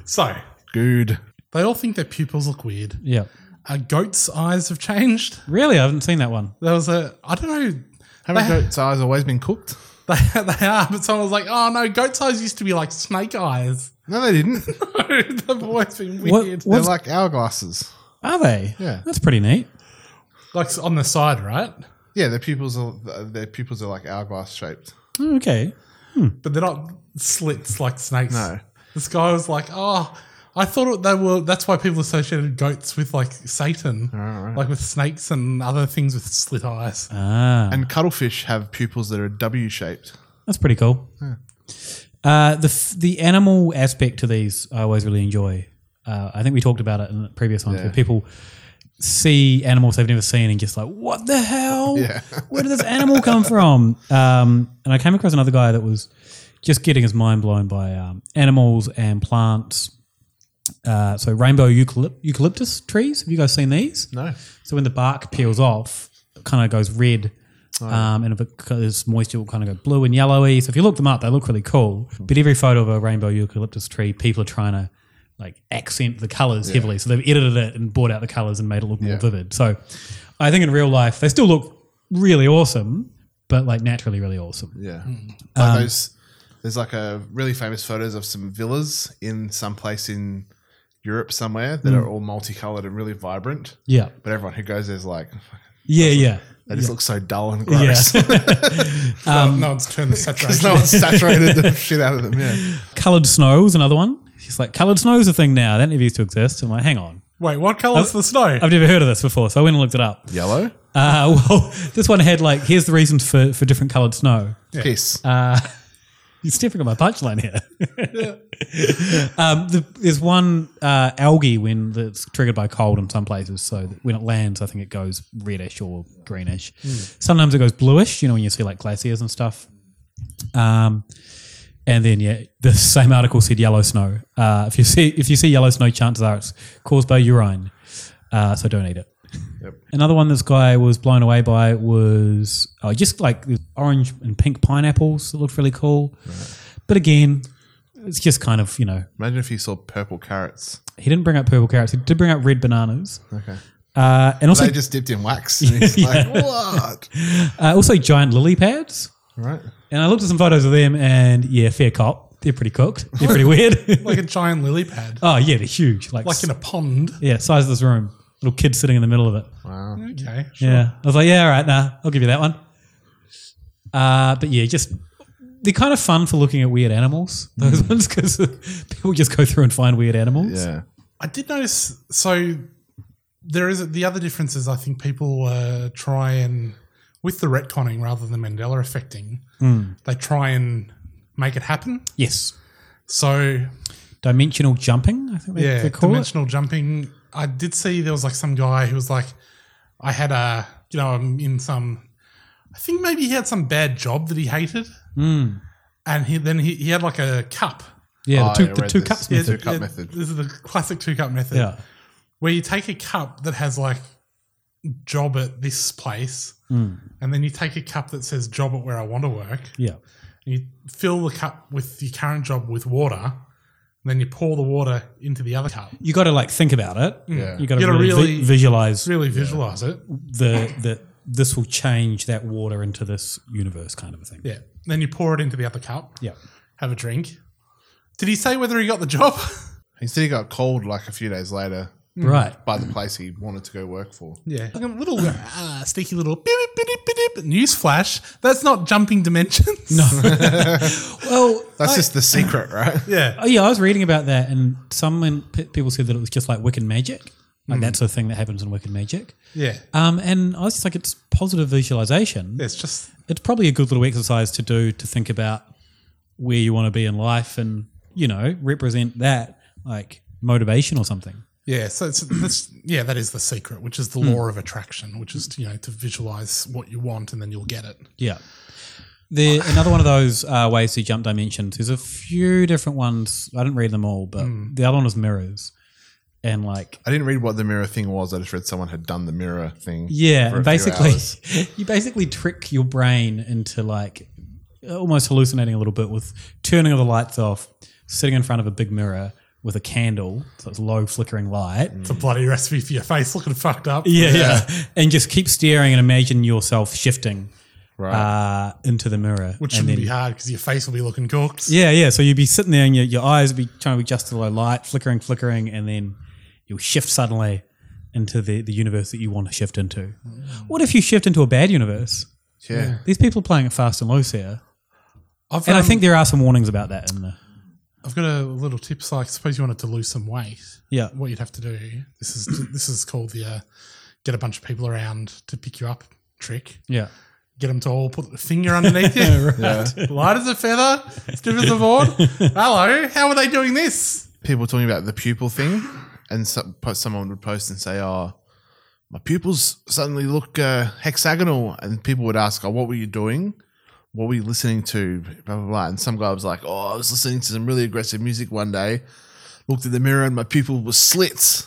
Speaker 5: So,
Speaker 7: good.
Speaker 5: They all think their pupils look weird.
Speaker 6: Yeah.
Speaker 5: A goat's eyes have changed.
Speaker 6: Really, I haven't seen that one.
Speaker 5: There was a, I don't know.
Speaker 7: Haven't
Speaker 5: They-
Speaker 7: goat's eyes always been cooked?
Speaker 5: <laughs> They, they are, but someone was like, oh no, goat's eyes used to be like snake eyes. <laughs>
Speaker 7: No, they
Speaker 6: <laughs>
Speaker 7: didn't.
Speaker 5: no, they've always been
Speaker 6: What-
Speaker 5: weird.
Speaker 6: what's-
Speaker 7: They're like hourglasses.
Speaker 6: Are they?
Speaker 7: Yeah.
Speaker 6: That's pretty neat.
Speaker 5: like on the side, right?
Speaker 7: Yeah, their pupils are their pupils are like hourglass shaped.
Speaker 6: Oh, Okay.
Speaker 5: But they're not slits like snakes.
Speaker 7: No.
Speaker 5: This guy was like, oh, I thought they were, that's why people associated goats with like Satan, like with snakes and other things with slit eyes.
Speaker 6: Ah,
Speaker 7: And cuttlefish have pupils that are W shaped.
Speaker 6: that's pretty cool.
Speaker 7: Yeah.
Speaker 6: Uh, the f- the animal aspect to these, I always really enjoy. Uh, I think we talked about it in the previous ones
Speaker 7: Yeah.
Speaker 6: where people see animals they've never seen and just like, what the hell?
Speaker 7: Yeah.
Speaker 6: Where did this animal come <laughs> from? Um, and I came across another guy that was just getting his mind blown by um, animals and plants. Uh, so rainbow eucalyp- eucalyptus trees. Have you guys seen these?
Speaker 7: No.
Speaker 6: So when the bark peels off, it kind of goes red.
Speaker 7: Oh.
Speaker 6: Um, and if it co- there's moisture, it will kind of go blue and yellowy. So if you look them up, they look really cool.
Speaker 7: Hmm.
Speaker 6: But every photo of a rainbow eucalyptus tree, people are trying to like accent the colors
Speaker 7: Yeah.
Speaker 6: heavily. So they've edited it and brought out the colors and made it look more
Speaker 7: Yeah.
Speaker 6: vivid. So I think in real life, they still look really awesome, but like naturally really awesome.
Speaker 7: Yeah.
Speaker 8: Hmm.
Speaker 6: Mm.
Speaker 7: Like
Speaker 6: Um,
Speaker 7: those, there's like a really famous photos of some villas in some place in Europe somewhere that
Speaker 5: Mm.
Speaker 7: are all multicolored and really vibrant.
Speaker 5: Yeah.
Speaker 7: But everyone who goes there is like,
Speaker 5: Yeah, yeah.
Speaker 7: they just
Speaker 5: Yeah.
Speaker 7: look so dull and gross. <laughs>
Speaker 5: Yeah.
Speaker 7: Um,
Speaker 8: no one's turned the
Speaker 7: <laughs> 'Cause
Speaker 8: saturation.
Speaker 7: no one's saturated
Speaker 8: <laughs>
Speaker 7: the shit out of them. Yeah.
Speaker 5: Coloured snow is another one. She's like, coloured snow is a thing now. That never used to exist. I'm like, hang on.
Speaker 8: Wait, what colour's
Speaker 5: I've-
Speaker 8: the snow?
Speaker 5: I've never heard of this before, so I went and looked it up.
Speaker 7: Yellow?
Speaker 5: Uh, <laughs> well, this one had like, here's the reasons for, for different coloured snow.
Speaker 7: Yeah. Piss.
Speaker 5: Uh, you're stepping on my punchline here. um, the, there's one uh, algae when the- it's triggered by cold in some places. So that when it lands, I think it goes reddish or greenish.
Speaker 9: Mm.
Speaker 5: Sometimes it goes bluish. You know when you see like glaciers and stuff. Um, and then yeah, the same article said yellow snow. Uh, if you see if you see yellow snow, chances are it's caused by urine. Uh, so don't eat it. Another one this guy was blown away by was oh, just like the orange and pink pineapples that looked really cool. But again, it's just kind of, you know,
Speaker 7: Imagine if you saw purple carrots.
Speaker 5: he didn't bring up purple carrots. He did bring up red bananas.
Speaker 7: Okay.
Speaker 5: Uh, and also,
Speaker 7: they just dipped
Speaker 8: <laughs>
Speaker 7: in wax. And it's like, what?
Speaker 5: Uh, also, giant lily pads.
Speaker 7: Right.
Speaker 5: And I looked at some photos of them, and yeah, fair cop. They're pretty cooked. They're pretty weird.
Speaker 8: <laughs>
Speaker 5: <laughs>
Speaker 8: like a giant lily pad.
Speaker 5: oh, yeah, they're huge. Like,
Speaker 8: Like in a pond.
Speaker 5: Yeah, size of this room. Little kid sitting in the middle of it.
Speaker 7: Wow.
Speaker 8: Okay.
Speaker 5: Yeah. I was like, yeah, all right, nah, I'll give you that one. Uh, but yeah, just they're kind of fun for looking at weird animals, <laughs> those ones, because people just go through and find weird animals.
Speaker 7: Mm. Yeah.
Speaker 8: I did notice. So there is the other difference is I think people uh, try and with the retconning rather than Mandela affecting,
Speaker 5: Hmm.
Speaker 8: they try and make it happen.
Speaker 5: Yes.
Speaker 8: So
Speaker 5: Dimensional jumping, I think they,
Speaker 8: yeah,
Speaker 5: they call it.
Speaker 8: dimensional jumping. I did see there was like some guy who was like, I had a you know I'm in some, I think maybe he had some bad job that he hated,
Speaker 5: Mm.
Speaker 8: and he then he, he had like a cup.
Speaker 5: Yeah, the two- Oh, I the read two this. cups
Speaker 8: Yeah,
Speaker 5: method.
Speaker 8: the-
Speaker 5: Two cup
Speaker 8: yeah,
Speaker 5: method.
Speaker 8: This is the classic two cup method.
Speaker 5: Yeah.
Speaker 8: Where you take a cup that has like job at this place,
Speaker 5: Mm.
Speaker 8: and then you take a cup that says job at where I want to work.
Speaker 5: Yeah.
Speaker 8: And you fill the cup with your current job with water, and then you pour the water into the other cup.
Speaker 5: You got to like think about it.
Speaker 8: Yeah.
Speaker 5: You got to
Speaker 8: You gotta
Speaker 5: really,
Speaker 8: really-
Speaker 5: vi- visualize.
Speaker 8: really visualize it.
Speaker 5: The, the, this will change that water into this universe kind of a thing.
Speaker 8: Yeah. Then you pour it into the other cup.
Speaker 5: Yeah.
Speaker 8: Have a drink. Did he say whether he got the job? <laughs> Mm.
Speaker 7: He said he got called like a few days later.
Speaker 8: Right.
Speaker 7: By the place he wanted to go work for.
Speaker 8: Yeah. Like a little uh, sneaky little beep, beep, beep, beep, beep, beep. news flash. That's not jumping dimensions. <laughs> No.
Speaker 5: well,
Speaker 7: That's just the secret, right?
Speaker 8: <laughs> Yeah.
Speaker 5: Oh, yeah, I was reading about that, and someone p- people said that it was just like Wiccan magic. Like
Speaker 8: Mm.
Speaker 5: that's a thing that happens in Wiccan magic.
Speaker 8: Yeah.
Speaker 5: Um, and I was just like, it's positive visualization.
Speaker 8: It's just
Speaker 5: it's probably a good little exercise to do to think about where you want to be in life, and you know, represent that like motivation or something.
Speaker 8: Yeah, so it's that's yeah, that is the secret, which is the
Speaker 5: Hmm.
Speaker 8: law of attraction, which is you know to visualize what you want and then you'll get it.
Speaker 5: Yeah.
Speaker 8: <sighs>
Speaker 5: There, another one of those uh, ways to jump dimensions. There's a few different ones. I didn't read them all, but
Speaker 8: Hmm.
Speaker 7: Mm.
Speaker 5: the other one was mirrors, and like
Speaker 7: I didn't read what the mirror thing was. I just read someone had done the mirror thing.
Speaker 5: Yeah,
Speaker 7: for
Speaker 5: and
Speaker 7: a few
Speaker 5: basically,
Speaker 7: hours.
Speaker 5: <laughs> you basically trick your brain into like almost hallucinating a little bit with turning all the lights off, sitting in front of a big mirror with a candle, so it's low flickering light.
Speaker 8: It's a bloody recipe for your face looking fucked up.
Speaker 5: Yeah, yeah, and just keep staring and imagine yourself shifting uh, into the mirror,
Speaker 8: Which
Speaker 5: and
Speaker 8: shouldn't be hard because your face will be looking cooked.
Speaker 5: yeah, yeah. So you'd be sitting there and your, your eyes would be trying to adjust to the low light, flickering, flickering, and then you'll shift suddenly into the, the universe that you want to shift into.
Speaker 8: Mm.
Speaker 5: What if you shift into a bad universe?
Speaker 7: Yeah. Yeah.
Speaker 5: These people are playing it fast and loose here.
Speaker 8: I've,
Speaker 5: and I
Speaker 8: um,
Speaker 5: think there are some warnings about that in the.
Speaker 8: I've got a little tips. Like, suppose you wanted to lose some weight.
Speaker 5: Yeah.
Speaker 8: What you'd have to do. This is this is called the uh, get a bunch of people around to pick you up trick.
Speaker 5: Yeah.
Speaker 8: Get them to all put the finger underneath you,
Speaker 5: <laughs>
Speaker 7: Right. Yeah.
Speaker 8: light as a feather, stiff as a board. Hello, how are they doing this?
Speaker 7: people were talking about the pupil thing, and so, po- someone would post and say, "Oh, my pupils suddenly look uh, hexagonal," and people would ask, "Oh, what were you doing? What were you listening to?" Blah blah blah. And some guy was like, "Oh, I was listening to some really aggressive music one day. Looked in the mirror and my pupil
Speaker 8: <laughs>
Speaker 7: was slits."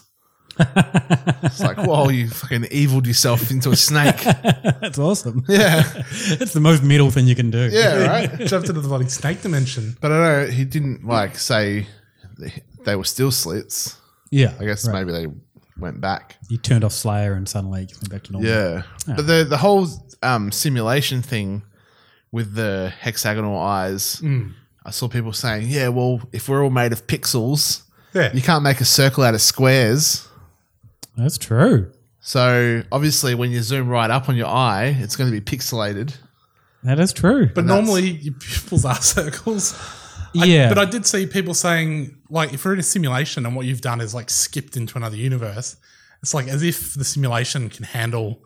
Speaker 7: it's like, whoa, you fucking eviled yourself into
Speaker 8: <laughs>
Speaker 7: a snake.
Speaker 5: That's awesome. <laughs>
Speaker 7: Yeah.
Speaker 5: it's the most metal thing you can do.
Speaker 7: Yeah, right.
Speaker 8: Jumped into the bloody snake dimension.
Speaker 7: But I don't know he didn't like say th- they were still slits.
Speaker 5: <laughs> Yeah,
Speaker 7: I guess
Speaker 5: right.
Speaker 7: maybe they went back.
Speaker 5: You turned off Slayer and suddenly it just went back to normal.
Speaker 7: Yeah,
Speaker 5: Ah.
Speaker 7: but the the whole um, simulation thing with the hexagonal eyes.
Speaker 8: Mm.
Speaker 7: I saw people saying, "Yeah, well, if we're all made of pixels,
Speaker 6: Yeah.
Speaker 7: You can't make a circle out of squares.
Speaker 5: That's true.
Speaker 7: So obviously, when you zoom right up on your eye, it's going to be pixelated.
Speaker 5: That is true.
Speaker 6: But normally <laughs> your pupils are circles. I-
Speaker 5: Yeah.
Speaker 6: but I did see people saying, like, if we're in a simulation and what you've done is like skipped into another universe, it's like as if the simulation can handle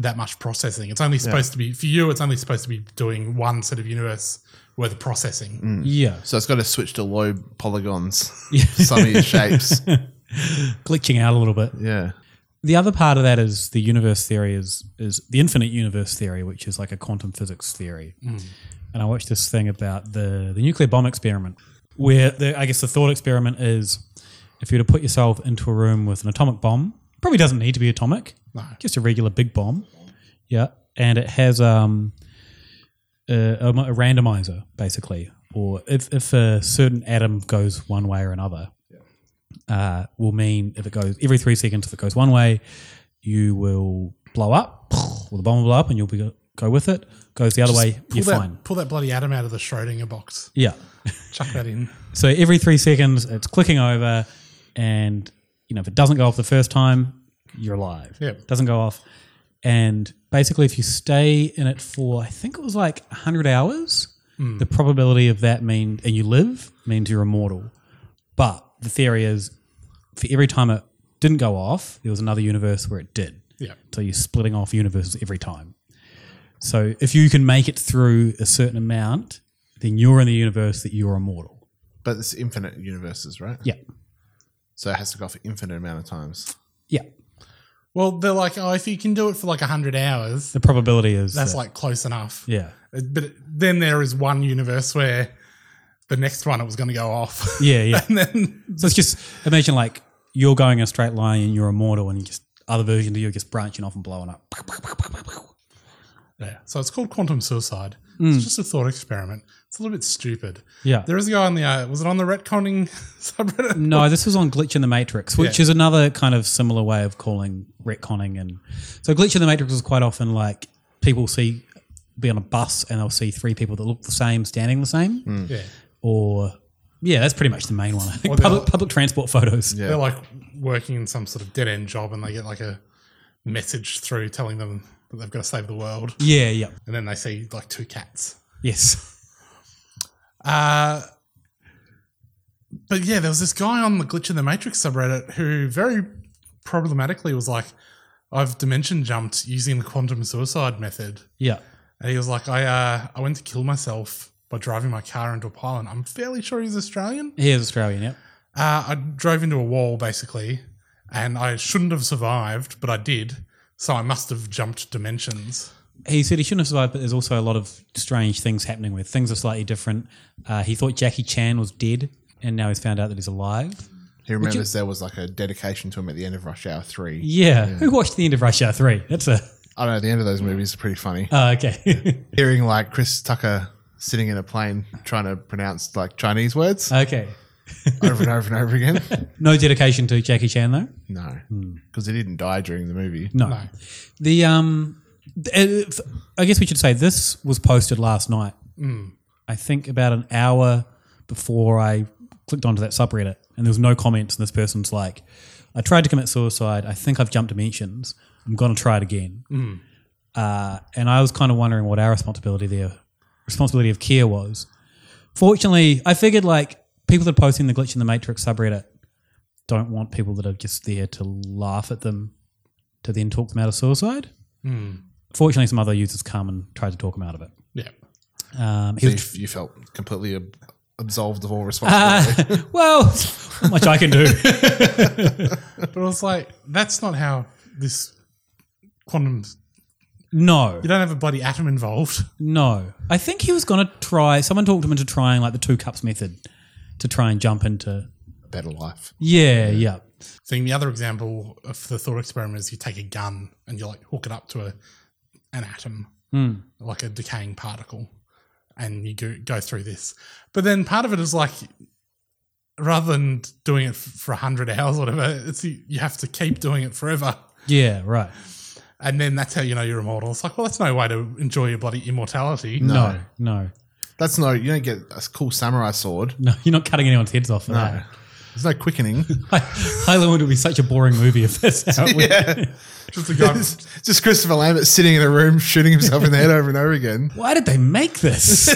Speaker 6: that much processing. It's only
Speaker 7: Yeah.
Speaker 6: supposed to be, for you, it's only supposed to be doing one set of universe worth of processing.
Speaker 5: Yeah.
Speaker 7: So it's got to switch to low polygons, sunny shapes.
Speaker 5: glitching out a little bit.
Speaker 7: Yeah.
Speaker 5: The other part of that is the universe theory is is the infinite universe theory, which is like a quantum physics theory.
Speaker 10: Mm.
Speaker 5: And I watched this thing about the the nuclear bomb experiment, where the, I guess the thought experiment is if you were to put yourself into a room with an atomic bomb, probably doesn't need to be atomic,
Speaker 6: No.
Speaker 5: just a regular big bomb, yeah, and it has um a, a mo- a randomizer basically, or if if a certain atom goes one way or another, uh, will mean if it goes every three seconds, if it goes one way, you will blow up, <sniffs> or the bomb will blow up, and you'll be, go with it. Goes the other
Speaker 6: Just
Speaker 5: way,
Speaker 6: pull
Speaker 5: you're
Speaker 6: that,
Speaker 5: fine.
Speaker 6: Pull that bloody atom out of the Schrodinger box.
Speaker 5: Yeah.
Speaker 6: Chuck that in.
Speaker 5: So every three seconds, it's clicking over, and you know if it doesn't go off the first time, you're alive.
Speaker 6: Yep.
Speaker 5: Doesn't go off, and basically, if you stay in it for I think it was like hundred hours,
Speaker 10: Hmm.
Speaker 5: the probability of that mean and you live means you're immortal. But the theory is, for every time it didn't go off, there was another universe where it did.
Speaker 6: Yep.
Speaker 5: So you're splitting off universes every time. So if you can make it through a certain amount, then you're in the universe that you're immortal.
Speaker 7: But it's infinite universes, right?
Speaker 5: Yeah.
Speaker 7: So it has to go for infinite amount of times.
Speaker 6: Well, they're like, oh, if you can do it for like 100 hours,
Speaker 5: The probability is
Speaker 6: that's
Speaker 5: that-
Speaker 6: like close enough.
Speaker 5: Yeah.
Speaker 6: It- But then there is one universe where the next one it was going to go off.
Speaker 5: yeah, yeah.
Speaker 6: <laughs> and then
Speaker 5: so it's just imagine like you're going in a straight line and you're immortal, and just other versions of you are just branching off and blowing up.
Speaker 6: Yeah. So it's called quantum suicide.
Speaker 5: Mm.
Speaker 6: It's just a thought experiment. It's a little bit stupid.
Speaker 5: Yeah.
Speaker 6: There is a guy on the uh, was it on the retconning <laughs> subreddit?
Speaker 5: No, this was on Glitch in the Matrix, which
Speaker 6: Yeah.
Speaker 5: is another kind of similar way of calling retconning. And so Glitch in the Matrix is quite often like people see be on a bus and they'll see three people that look the same, standing the same,
Speaker 6: Mm. Yeah.
Speaker 5: or yeah, that's pretty much the main one. I think
Speaker 6: Or they'll-
Speaker 5: public public transport photos.
Speaker 6: They're like working in some sort of dead end job, and they get like a message through telling them that they've got to save the world.
Speaker 5: Yeah, yeah.
Speaker 6: And then they see like two cats.
Speaker 5: yes,
Speaker 6: Uh, but yeah, there was this guy on the Glitch in the Matrix subreddit who very problematically was like, I've dimension jumped using the quantum suicide method.
Speaker 5: Yeah.
Speaker 6: And he was like, I, uh, I went to kill myself by driving my car into a pile. And I'm fairly sure he's Australian.
Speaker 5: he is Australian. Yeah,
Speaker 6: Uh, I drove into a wall basically, and I shouldn't have survived, but I did. So I must have jumped dimensions.
Speaker 5: he said he shouldn't have survived, but there's also a lot of strange things happening where things are slightly different. Uh, he thought Jackie Chan was dead, and now he's found out that he's alive.
Speaker 7: He
Speaker 5: Would you-
Speaker 7: remembers there was like a dedication to him at the end of Rush Hour 3.
Speaker 5: Yeah. Who watched the end of Rush Hour 3? That's a.
Speaker 7: I don't know. The end of those movies are pretty funny.
Speaker 5: Oh, okay. <laughs>
Speaker 7: Hearing like Chris Tucker sitting in a plane trying to pronounce like Chinese words
Speaker 5: <laughs> Okay.
Speaker 7: over and over and over again.
Speaker 5: <laughs> No dedication to Jackie Chan, though?
Speaker 7: No, because he didn't die during the movie.
Speaker 5: Hmm. No. The. um, th- uh, I guess we should say this was posted last night.
Speaker 6: Mm.
Speaker 5: I think about an hour before I clicked onto that subreddit, and there was no comments. And this person's like, "I tried to commit suicide. I think I've jumped dimensions. I'm going to try it again."
Speaker 6: Mm.
Speaker 5: Uh, and I was kind of wondering what our responsibility there, responsibility of care was. Fortunately, I figured like people that are posting the glitch in the matrix subreddit don't want people that are just there to laugh at them to then talk them out of suicide.
Speaker 6: Mm.
Speaker 5: Fortunately, some other users come and try to talk them out of it.
Speaker 6: Yeah.
Speaker 5: Um, he
Speaker 7: So
Speaker 5: was
Speaker 7: you, you felt completely ab- absolved of
Speaker 6: <laughs>
Speaker 7: all
Speaker 5: Uh,
Speaker 7: responsibility.
Speaker 5: <laughs> well, not much I can do.
Speaker 6: But I was like, that's not how this quantum.
Speaker 5: No,
Speaker 6: You don't have a bloody atom involved.
Speaker 5: no. I think he was going to try. Someone talked him into trying like the two cups method to try and jump into.
Speaker 7: Better life.
Speaker 5: Yeah, yeah.
Speaker 6: thing. The other example of the thought experiment is you take a gun and you like hook it up to a an atom,
Speaker 5: Hmm.
Speaker 6: like a decaying particle, and you go, go through this. But then part of it is like, rather than doing it for hundred hours or whatever, it's you, you have to keep doing it forever,
Speaker 5: Yeah, right.
Speaker 6: and then that's how you know you're immortal. It's like, well, that's no way to enjoy your bloody immortality.
Speaker 5: No, no,
Speaker 7: That's no. You don't get a cool samurai sword.
Speaker 5: no. You're not cutting anyone's heads off for
Speaker 7: No.
Speaker 5: that. <laughs> There's no
Speaker 6: <laughs>
Speaker 5: quickening.
Speaker 6: Highlander would be such a boring movie if that's how it went.
Speaker 7: Yeah. just the guy. <laughs> just Christopher Lambert sitting in a room shooting himself in the head over and over
Speaker 6: <laughs>
Speaker 7: again.
Speaker 6: Why did they make <laughs> this?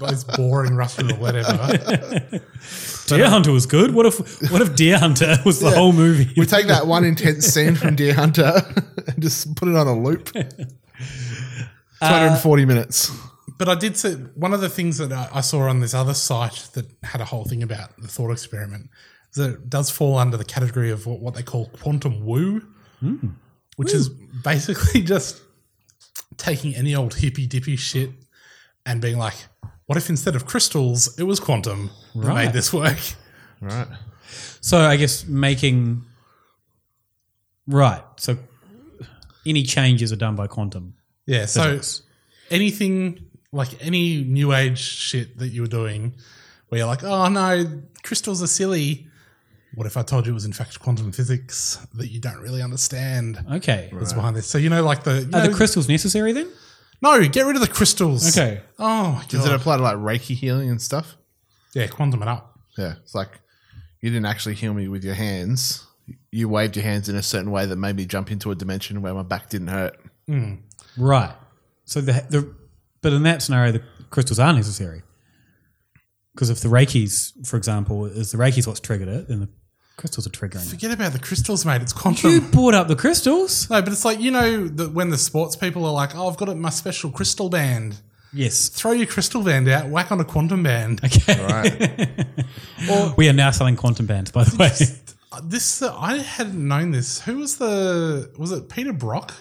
Speaker 5: Most boring Russian roulette ever.
Speaker 6: <laughs> Deer Hunter was good. What if what if Deer Hunter <laughs> was the
Speaker 7: Yeah.
Speaker 6: whole movie?
Speaker 7: We take that one intense scene from Deer Hunter <laughs> and just put it on a
Speaker 6: <laughs>
Speaker 7: loop. 240
Speaker 6: Uh,
Speaker 7: minutes.
Speaker 5: But I did see one of the things that I, I saw on this other site that had a whole thing about the thought experiment is that it does fall under the category of what, what they call quantum woo,
Speaker 6: Hmm.
Speaker 5: which is basically <laughs> just taking any old hippy dippy shit and being like, what if instead of crystals, it was quantum that
Speaker 6: Right.
Speaker 5: made this work?
Speaker 7: Right.
Speaker 6: So Oh, I guess making right. So any changes are done by quantum.
Speaker 5: Yeah, so
Speaker 6: physics.
Speaker 5: anything like any new age shit that you were doing where you're like, oh no, crystals are silly. What if I told you it was in fact quantum physics that you don't really understand?
Speaker 6: Okay.
Speaker 5: That's
Speaker 6: Right.
Speaker 5: behind this. So you know like the you
Speaker 6: are
Speaker 5: know-
Speaker 6: the crystals necessary then?
Speaker 5: No, get rid of the crystals.
Speaker 6: Okay.
Speaker 5: Oh my god.
Speaker 7: Does it apply to like Reiki healing and stuff?
Speaker 5: Yeah, quantum it up.
Speaker 7: Yeah. It's like you didn't actually heal me with your hands. You waved your hands in a certain way that made me jump into a dimension where my back didn't hurt.
Speaker 5: Hmm.
Speaker 6: Right. So the the but in that scenario the crystals are necessary. Because if the Reiki's, for example, is the Reiki's what's triggered it, then the crystals are triggering it.
Speaker 5: Forget about the crystals, mate. It's quantum. You
Speaker 6: brought up the crystals.
Speaker 5: No, but it's like, you know, that when the sports people are like, oh, I've got it, my special crystal band.
Speaker 6: Yes.
Speaker 5: Throw your crystal band out, whack on a quantum band.
Speaker 6: Okay. <laughs>
Speaker 5: Or-
Speaker 6: we are now selling quantum bands, by the way.
Speaker 5: This uh, I hadn't known this. Who was the was it Peter Brock?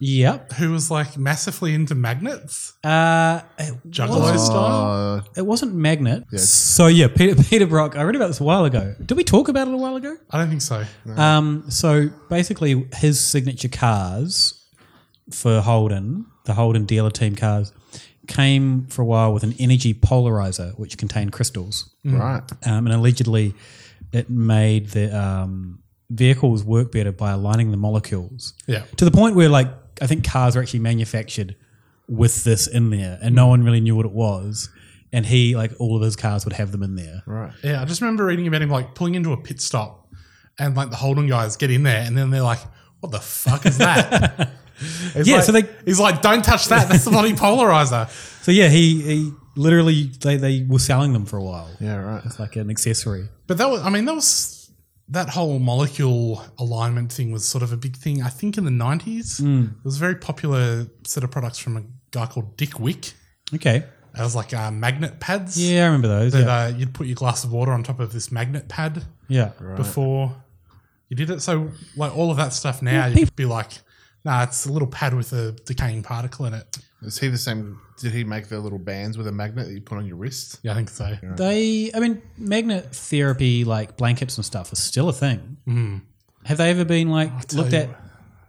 Speaker 6: Yep.
Speaker 5: Who was like massively into magnets?
Speaker 6: Uh,
Speaker 5: Juggalo
Speaker 7: Uh,
Speaker 5: style.
Speaker 6: It wasn't magnet. So yeah, Peter, <laughs> Peter Brock. I read about this a while ago. Did we talk about it a while ago?
Speaker 5: I don't think so.
Speaker 6: Um, so basically, his signature cars for Holden, the Holden dealer team cars, came for a while with an energy polarizer which contained crystals.
Speaker 7: Mm. Right.
Speaker 6: Um, and allegedly, it made the um, vehicles work better by aligning the molecules.
Speaker 5: Yeah.
Speaker 6: To the point where, like, I think cars were actually manufactured with this in there, and no one really knew what it was. And he, like, all of his cars would have them in there.
Speaker 7: Right.
Speaker 5: Yeah, I just remember reading about him like pulling into a pit stop, and like the Holden guys get in there, and then they're like, "What the fuck is
Speaker 6: <laughs>
Speaker 5: that?" He's
Speaker 6: Yeah,
Speaker 5: like-
Speaker 6: so they-
Speaker 5: he's like, "Don't touch that. That's the bloody polarizer."
Speaker 6: <laughs> So yeah, he he literally they, they were selling them for a while.
Speaker 7: Yeah, right.
Speaker 6: It's like an accessory.
Speaker 5: But that was, I mean, that was that whole molecule alignment thing was sort of a big thing. I think in the nineties,
Speaker 6: Mm.
Speaker 5: it was a very popular set of products from a guy called Dick Wick.
Speaker 6: Okay.
Speaker 5: It was like uh, magnet pads.
Speaker 6: Yeah, I remember those.
Speaker 5: That
Speaker 6: yeah.
Speaker 5: uh, you'd put your glass of water on top of this magnet pad.
Speaker 6: Yeah. Right.
Speaker 5: Before you did it, so like all of that stuff now,
Speaker 6: Yeah,
Speaker 5: you'd be like, "Nah, it's a little pad with a decaying particle in it."
Speaker 7: Is he the same? Did he make the little bands with a magnet that you put on your wrist?
Speaker 5: Yeah, I think so.
Speaker 6: They, I mean, magnet therapy, like blankets and stuff, is still a thing.
Speaker 5: Mm.
Speaker 6: Have they ever been like
Speaker 7: tell
Speaker 6: looked
Speaker 7: you
Speaker 6: at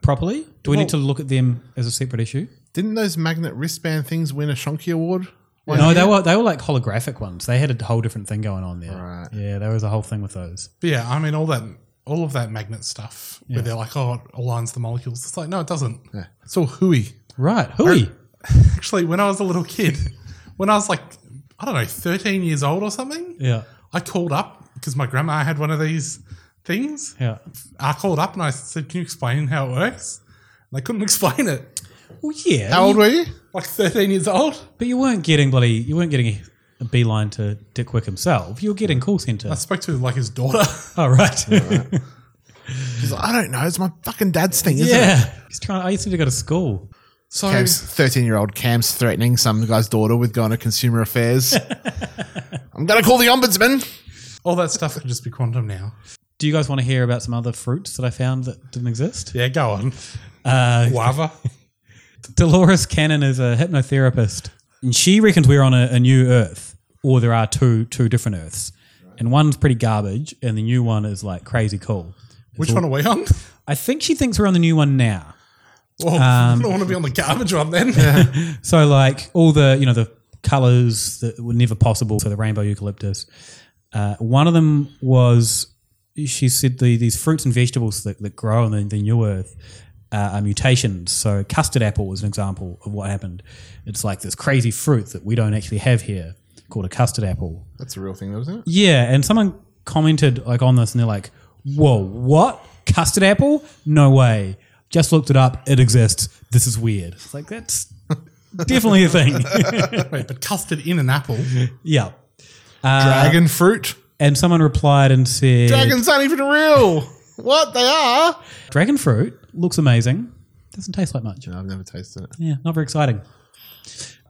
Speaker 6: properly? Do we
Speaker 7: Well-
Speaker 6: need to look at them as a separate issue?
Speaker 7: Didn't those magnet wristband things win a Shonky Award? one
Speaker 6: no,
Speaker 7: year?
Speaker 6: they were they were like holographic ones. They had a whole different thing going on there. Right. Yeah, there was a whole thing with those.
Speaker 5: But yeah, I mean, all that, all of that magnet stuff
Speaker 6: Yeah.
Speaker 5: where they're like, "Oh, it aligns the molecules." It's like, no, it doesn't.
Speaker 7: Yeah.
Speaker 5: It's all hooey.
Speaker 6: Right. Hooey.
Speaker 5: <laughs> Actually, when I was a little kid, when I was like, I don't know, 13 years old or something,
Speaker 6: Yeah.
Speaker 5: I called up because my grandma had one of these things.
Speaker 6: Yeah.
Speaker 5: I called up and I said, Can you explain how it works? And they couldn't <laughs> explain it.
Speaker 6: Well, yeah.
Speaker 7: How old were you?
Speaker 5: Like 13 years old.
Speaker 6: But you weren't getting bloody. You weren't getting a beeline to Dick Wick himself. You were getting call center.
Speaker 5: I spoke to like his daughter.
Speaker 6: <laughs> oh, right. <laughs>
Speaker 7: She's like, I don't know. It's my fucking dad's thing, isn't it?
Speaker 6: yeah. He's trying. I used to go to school.
Speaker 5: So
Speaker 7: Cam's 13 year old Cam's threatening some guy's daughter with going to consumer
Speaker 6: <laughs>
Speaker 7: affairs. I'm going to call the ombudsman.
Speaker 5: all that stuff could just be quantum now.
Speaker 6: Do you guys want to hear about some other fruits that I found that didn't exist?
Speaker 5: Yeah, go on.
Speaker 6: Uh, <laughs>
Speaker 5: Guava.
Speaker 6: Dolores Cannon is a hypnotherapist, and she reckons we're on a, a new Earth, or there are two two different Earths, and one's pretty garbage, and the new one is like crazy cool. It's
Speaker 5: Which
Speaker 6: all-
Speaker 5: one are we on?
Speaker 6: I think she thinks we're on the new one now.
Speaker 5: Well, <laughs>
Speaker 6: Um,
Speaker 5: I don't want to be on the garbage one then.
Speaker 6: so like all the you know the colors that were never possible so the rainbow eucalyptus uh, one of them was she said the, these fruits and vegetables that, that grow in the, the new earth uh, are mutations so custard apple was an example of what happened it's like this crazy fruit that we don't actually have here called a custard apple.
Speaker 7: That's a real thing, though, isn't it?
Speaker 6: <laughs> Yeah, and someone commented like on this, and they're like, "Whoa, what custard apple? No way! Just looked it up. It exists. This is weird." It's like that's definitely a thing.
Speaker 5: <laughs> Wait, but custard in an apple?
Speaker 6: yeah,
Speaker 7: Dragon fruit.
Speaker 6: And someone replied and said,
Speaker 7: Dragons aren't even real. what they are?
Speaker 6: Dragon fruit looks amazing. Doesn't taste like much.
Speaker 7: I've never tasted it.
Speaker 6: Yeah, not very exciting.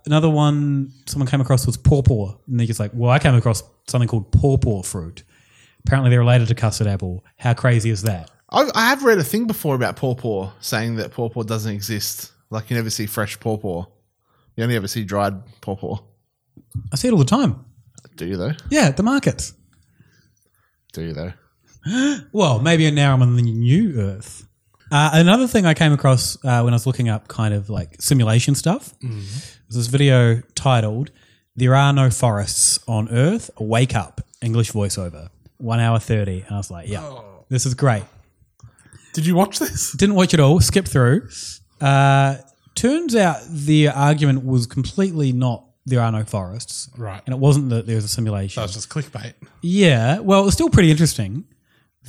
Speaker 6: Another one someone came across was pawpaw, and they're just like, "Well, I came across something called pawpaw fruit. Apparently, they're related to custard apple. How crazy is that?"
Speaker 7: I've, I have read a thing before about pawpaw saying that pawpaw doesn't exist. Like you never see fresh pawpaw. You only ever see dried pawpaw.
Speaker 6: I see it all the time.
Speaker 7: Do you though?
Speaker 6: Yeah, at the markets.
Speaker 7: Do you though?
Speaker 6: well, maybe now I'm on the new Earth. Uh, another thing I came across uh, when I was looking up kind of like simulation stuff
Speaker 5: Mm-hmm.
Speaker 11: Mhm.
Speaker 6: was this video titled "There Are No Forests on Earth." Wake up, English voiceover, one hour thirty, and I was like, "Yeah, this is great."
Speaker 5: Did you watch this?
Speaker 6: <laughs> Didn't watch it all. Skipped through. Uh, turns out the argument was completely not there are no forests,
Speaker 5: Right.
Speaker 6: And it wasn't that there was a simulation.
Speaker 5: That was just clickbait.
Speaker 6: Yeah, well, it's still pretty interesting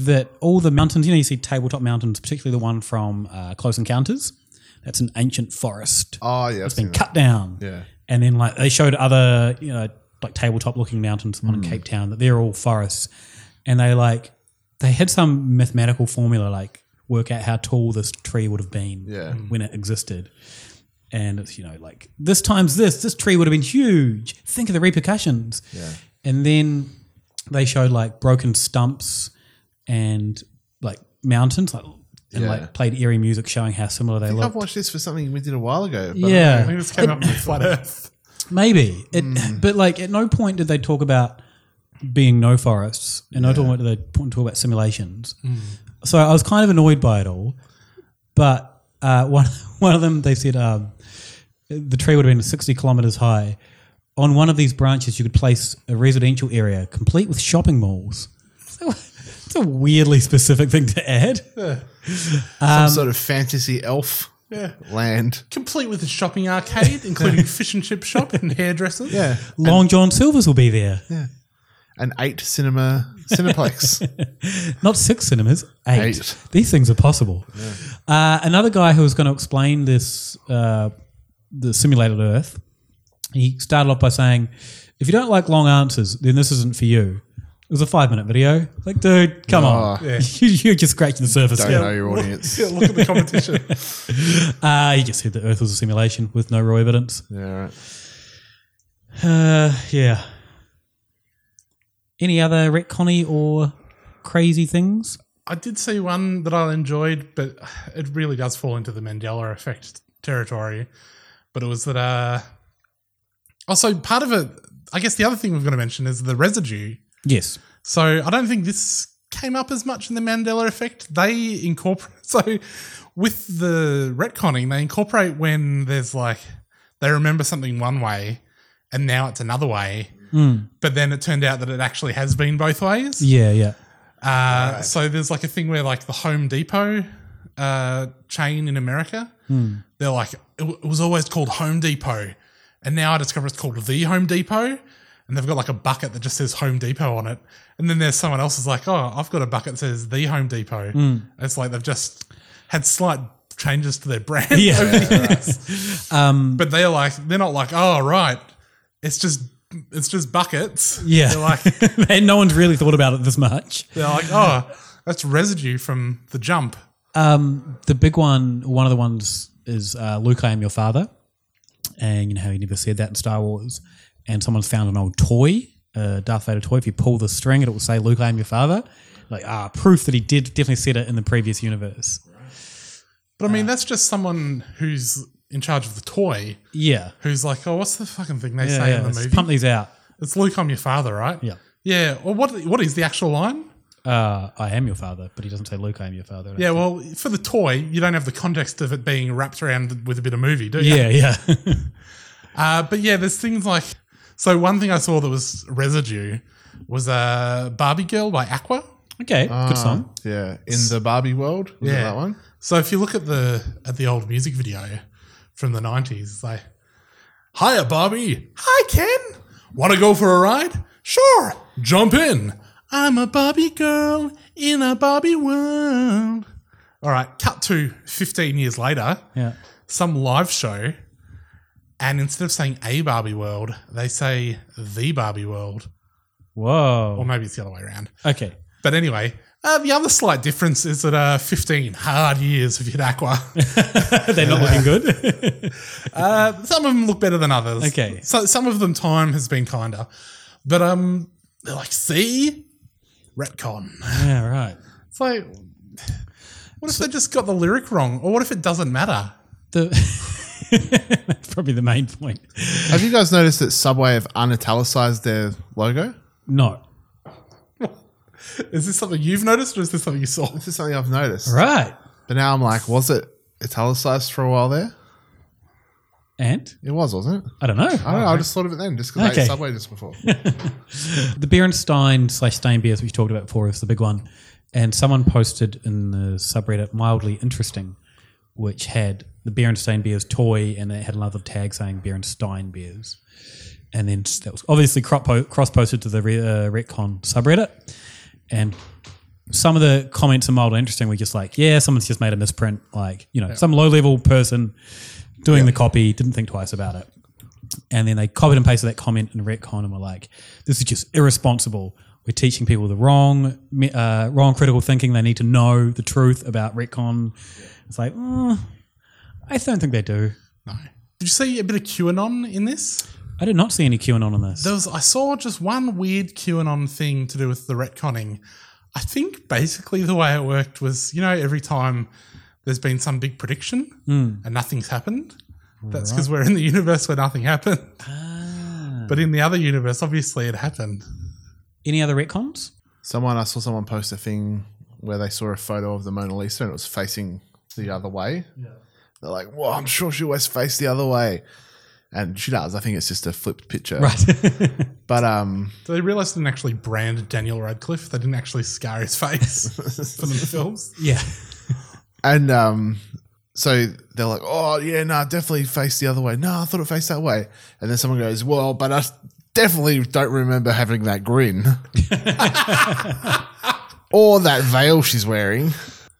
Speaker 6: that all the mountains, you know, you see tabletop mountains, particularly the one from uh, Close Encounters. That's an ancient forest.
Speaker 7: Oh yeah,
Speaker 6: it's been cut down.
Speaker 7: Yeah.
Speaker 6: and then like they showed other, you know, like tabletop looking mountains on
Speaker 7: Mm.
Speaker 6: Cape Town that they're all forests, and they like they had some mathematical formula like work out how tall this tree would have been
Speaker 7: Yeah.
Speaker 5: Mm.
Speaker 6: when it existed. And it's, you know, like this times this, this tree would have been huge. Think of the repercussions.
Speaker 7: Yeah.
Speaker 6: And then they showed like broken stumps and like mountains, like and
Speaker 7: Yeah.
Speaker 6: like played eerie music showing how similar
Speaker 7: I
Speaker 6: they
Speaker 7: think I've
Speaker 6: look.
Speaker 7: watched this for something we did a while ago. but
Speaker 6: Yeah.
Speaker 7: I think this came
Speaker 6: <laughs>
Speaker 7: up with Flat Earth.
Speaker 6: Maybe. It, But like at no point did they talk about being no forests, and no point did they point- talk about simulations.
Speaker 11: Mm.
Speaker 6: So I was kind of annoyed by it all. But uh, <laughs> one one of them they said um, the tree would have been sixty kilometers high. On one of these branches, you could place a residential area complete with shopping malls. <laughs> It's a weirdly specific thing to add.
Speaker 5: Yeah.
Speaker 6: Um,
Speaker 7: Some sort of fantasy elf
Speaker 5: Yeah.
Speaker 7: land.
Speaker 5: Complete with a shopping
Speaker 6: <laughs>
Speaker 5: arcade, including fish and chip shop and hairdressers.
Speaker 7: Yeah.
Speaker 6: Long John Silver's will be there.
Speaker 7: Yeah. An eight cinema cineplex.
Speaker 6: Not six cinemas, <laughs> eight.
Speaker 7: Eight.
Speaker 6: These things are possible. Uh, another guy who was going to explain this, uh, the simulated Earth, he started off by saying, if you don't like long answers, then this isn't for you. It was a five minute video. Like, dude, come on. <laughs>
Speaker 7: Oh. Yeah.
Speaker 6: You- You're just scratching the surface.
Speaker 7: Don't
Speaker 6: here.
Speaker 7: know your <laughs> audience.
Speaker 5: Yeah, look at the competition.
Speaker 6: uh, he just said the Earth was a simulation with no raw evidence.
Speaker 7: Yeah, right.
Speaker 6: Uh, yeah. Any other retconny or crazy things?
Speaker 5: I did see one that I enjoyed, but it really does fall into the Mandela effect territory. But it was that uh also part of it I guess the other thing we've got to mention is the residue.
Speaker 6: Yes.
Speaker 5: So I don't think this came up as much in the Mandela effect. They incorporate <laughs> so with the retconning, they incorporate when there's like they remember something one way and now it's another way.
Speaker 6: Mm.
Speaker 5: But then it turned out that it actually has been both ways.
Speaker 6: Yeah, yeah.
Speaker 5: Uh, So there's like a thing where like the Home Depot uh, chain in America,
Speaker 6: Hmm.
Speaker 5: they're like it, w- it was always called Home Depot, and now I discover it's called the Home Depot, and they've got like a bucket that just says Home Depot on it, and then there's someone else is like, oh, I've got a bucket that says the Home Depot.
Speaker 6: Hmm.
Speaker 5: It's like they've just had slight changes to their brand
Speaker 6: Yeah.
Speaker 5: <laughs> over the years,
Speaker 6: um,
Speaker 5: but they're like they're not like oh right, it's just it's just buckets.
Speaker 6: Yeah.
Speaker 5: They're
Speaker 6: <laughs>
Speaker 5: like
Speaker 6: and no one's really thought about it this much.
Speaker 5: They're like, oh, that's residue from the jump.
Speaker 6: Um, the big one, one of the ones is uh, Luke, I am your father. And you know how he never said that in Star Wars. And someone's found an old toy, a Darth Vader toy. If you pull the string, it will say, Luke, I am your father. Like, ah, proof that he did definitely said it in the previous universe.
Speaker 5: But
Speaker 6: Uh,
Speaker 5: I mean, that's just someone who's in charge of the toy.
Speaker 6: Yeah.
Speaker 5: Who's like, oh, what's the fucking thing they
Speaker 6: Yeah,
Speaker 5: say
Speaker 6: yeah,
Speaker 5: in the
Speaker 6: let's
Speaker 5: movie?
Speaker 6: pump these out.
Speaker 5: It's Luke, I'm your father, right?
Speaker 6: Yeah.
Speaker 5: Yeah. Well, what what is the actual line?
Speaker 6: Uh, I am your father, but he doesn't say, Luke, I am your father. I don't
Speaker 5: Yeah. Well, for the toy, you don't have the context of it being wrapped around with a bit of movie, do you?
Speaker 6: Yeah, yeah. <laughs>
Speaker 5: uh, but yeah, there's things like. So one thing I saw that was residue was uh, Barbie Girl by Aqua.
Speaker 6: Okay,
Speaker 7: Ah, Yeah. In the Barbie world. Was It that one?
Speaker 5: So if you look at the at the old music video from the nineties, it's like, "Hiya, Barbie. Hi, Ken. Want to go for a ride? Sure. Jump in. I'm a Barbie girl in a Barbie world. All right, cut to 15 years later.
Speaker 6: Yeah.
Speaker 5: Some live show. And instead of saying a Barbie world, they say the Barbie world.
Speaker 6: Whoa.
Speaker 5: Or maybe it's the other way around.
Speaker 6: Okay.
Speaker 5: But anyway, uh, the other slight difference is that uh, 15 hard years of <laughs> Hidakwa.
Speaker 6: <laughs> They're not looking good.
Speaker 5: <laughs> uh, some of them look better than others.
Speaker 6: Okay.
Speaker 5: So some of them time has been kinder. But um, they're like, see? Retcon.
Speaker 6: Yeah,
Speaker 5: <laughs>
Speaker 6: right.
Speaker 5: It's like, what if they just got the lyric wrong? Or what if it doesn't matter?
Speaker 6: The <laughs> That's probably the main point.
Speaker 7: Have you guys noticed that Subway have unitalicized their logo?
Speaker 6: No.
Speaker 5: <laughs> Is this something you've noticed or is this something you saw?
Speaker 7: This is something I've noticed.
Speaker 6: Right.
Speaker 7: But now I'm like, was it italicized for a while there?
Speaker 6: And?
Speaker 7: It was, wasn't it?
Speaker 6: I don't know.
Speaker 7: I don't know. I just thought of it then, just because I
Speaker 6: Okay.
Speaker 7: ate Subway just
Speaker 6: <laughs>
Speaker 7: before.
Speaker 6: the Berenstein slash Stein beers, which we talked about before, is the big one. And someone posted in the subreddit mildly interesting, which had the Berenstein beers toy, and it had another tag saying Berenstein beers. And then s- that was obviously cross posted to the re- uh, retcon subreddit. And some of the comments are mildly interesting. We're just like, yeah, someone's just made a misprint. Like, you know,
Speaker 12: Yeah.
Speaker 6: some low level person doing the copy, didn't think twice about it. And then they copied and pasted that comment in retcon and were like, this is just irresponsible. We're teaching people the wrong, me- uh, wrong critical thinking. They need to know the truth about retcon. It's like, "Mm, I don't think they do.
Speaker 5: Did you see a bit of QAnon in this?
Speaker 6: I did not see any QAnon on this.
Speaker 5: There was, I saw just one weird QAnon thing to do with the retconning. I think basically the way it worked was, you know, every time there's been some big prediction
Speaker 6: Hmm.
Speaker 5: and nothing's happened, that's
Speaker 6: Right. Ah.
Speaker 5: because we're in the universe where nothing happened. But in the other universe, obviously it happened.
Speaker 6: Any other retcons?
Speaker 7: Someone I saw someone post a thing where they saw a photo of the Mona Lisa and it was facing the other way. Yeah. They're like, "Well, I'm sure she always faced the other way," and she does. I think it's just a flipped picture,
Speaker 6: right? <laughs>
Speaker 7: but um,
Speaker 5: So they realized they didn't actually brand Daniel Radcliffe. They didn't actually scar
Speaker 6: <laughs>
Speaker 5: his face for the films.
Speaker 6: Yeah.
Speaker 7: and um, so they're like, "Oh yeah, no, definitely faced the other way." No, I thought it faced that way. And then someone goes, "Well, but I definitely don't remember having that
Speaker 6: <laughs>
Speaker 7: grin." or that veil she's wearing.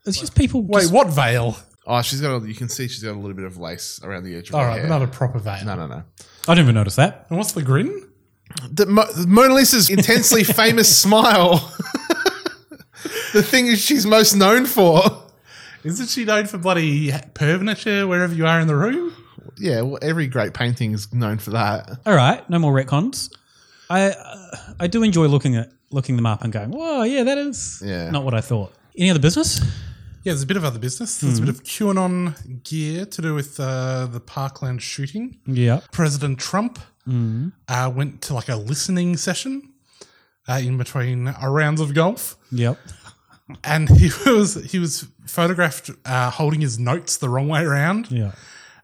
Speaker 6: It's just people.
Speaker 5: Wait, what veil?
Speaker 7: Oh, she's got. A, you can see she's got a little bit of lace around the edge of
Speaker 5: All
Speaker 7: her
Speaker 5: right,
Speaker 7: hair.
Speaker 5: but not a proper veil.
Speaker 7: No, no, no.
Speaker 6: I didn't even notice that.
Speaker 5: And what's the grin?
Speaker 7: The Mo- Mona Lisa's
Speaker 6: <laughs>
Speaker 7: intensely famous smile. <laughs> the thing she's most known for.
Speaker 5: Isn't she known for bloody pervnature wherever you are in the room?
Speaker 7: Yeah, well, every great painting is known for that.
Speaker 6: All right, no more retcons. I uh, I do enjoy looking at looking them up and going, whoa, yeah, that is
Speaker 7: Yeah.
Speaker 6: not what I thought. Any other business?
Speaker 5: Yeah, there's a bit of other business. There's a bit of QAnon gear to do with uh, the Parkland shooting.
Speaker 6: Yeah.
Speaker 5: President Trump
Speaker 6: Mm.
Speaker 5: uh, went to like a listening session uh, in between uh, rounds of golf,
Speaker 6: Yep.
Speaker 5: and <laughs> he was he was photographed uh, holding his notes the wrong way around,
Speaker 6: Yeah.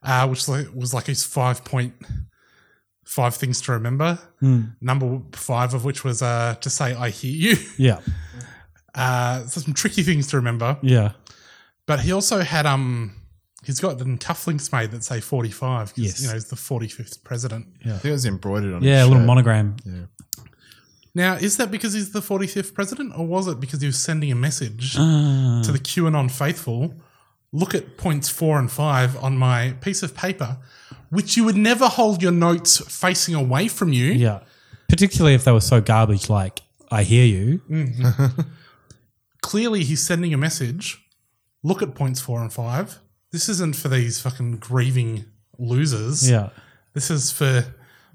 Speaker 5: uh, which like- was like his five point five things to remember.
Speaker 6: Mm.
Speaker 5: Number five of which was uh, to say "I hear you."
Speaker 6: <laughs> Yeah.
Speaker 5: Uh, so some tricky things to remember.
Speaker 6: Yeah.
Speaker 5: But he also had um he's got the cufflinks made that say 45 because
Speaker 6: Yes.
Speaker 5: you know he's the 45th president.
Speaker 6: Yeah.
Speaker 7: I think it was embroidered on.
Speaker 6: Yeah,
Speaker 7: his
Speaker 6: a little
Speaker 7: shirt.
Speaker 6: monogram.
Speaker 7: Yeah.
Speaker 5: Now, is that because he's the 45th president or was it because he was sending a message
Speaker 6: Ah.
Speaker 5: to the QAnon faithful? Look at points 4 and 5 on my piece of paper which you would never hold your notes facing away from you.
Speaker 6: Yeah. Particularly if they were so garbage, like I hear you.
Speaker 5: Mhm. Clearly, he's sending a message. Look at points four and five. This isn't for these fucking grieving losers.
Speaker 6: Yeah.
Speaker 5: This is for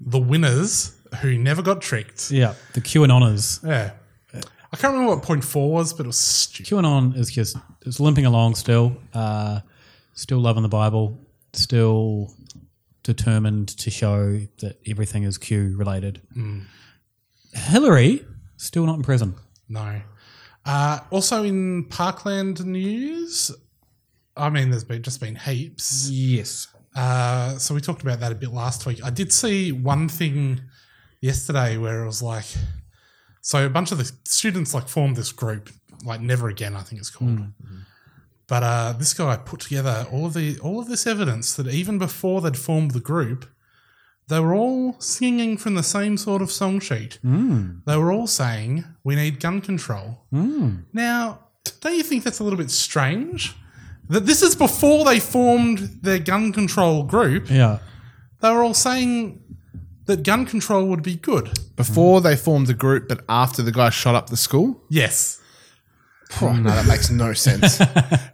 Speaker 5: the winners who never got tricked.
Speaker 6: Yeah. The QAnoners.
Speaker 5: Yeah. I can't remember what point four was, but it was stupid.
Speaker 6: QAnon is just it's limping along still. Uh, still loving the Bible. Still determined to show that everything is Q related.
Speaker 5: Mm.
Speaker 6: Hillary still not in prison.
Speaker 5: No. Uh, also in Parkland news, I mean, there's been just been heaps.
Speaker 6: Yes.
Speaker 5: Uh, so we talked about that a bit last week. I did see one thing yesterday where it was like, so a bunch of the students like formed this group, like Never Again, I think it's called. But uh, this guy put together all of the all of this evidence that even before they'd formed the group,
Speaker 6: they were all singing from the same sort of song sheet.
Speaker 5: Mm.
Speaker 6: They were all saying, We need gun control.
Speaker 5: Mm.
Speaker 6: Now, don't you think that's a little bit strange? That this is before they formed their gun control group.
Speaker 5: Yeah.
Speaker 6: They were all saying that gun control would be good.
Speaker 7: Before they formed the group, but after the guy shot up the school?
Speaker 6: Yes.
Speaker 7: Oh,
Speaker 6: Hmm.
Speaker 7: no, that makes no <laughs> sense.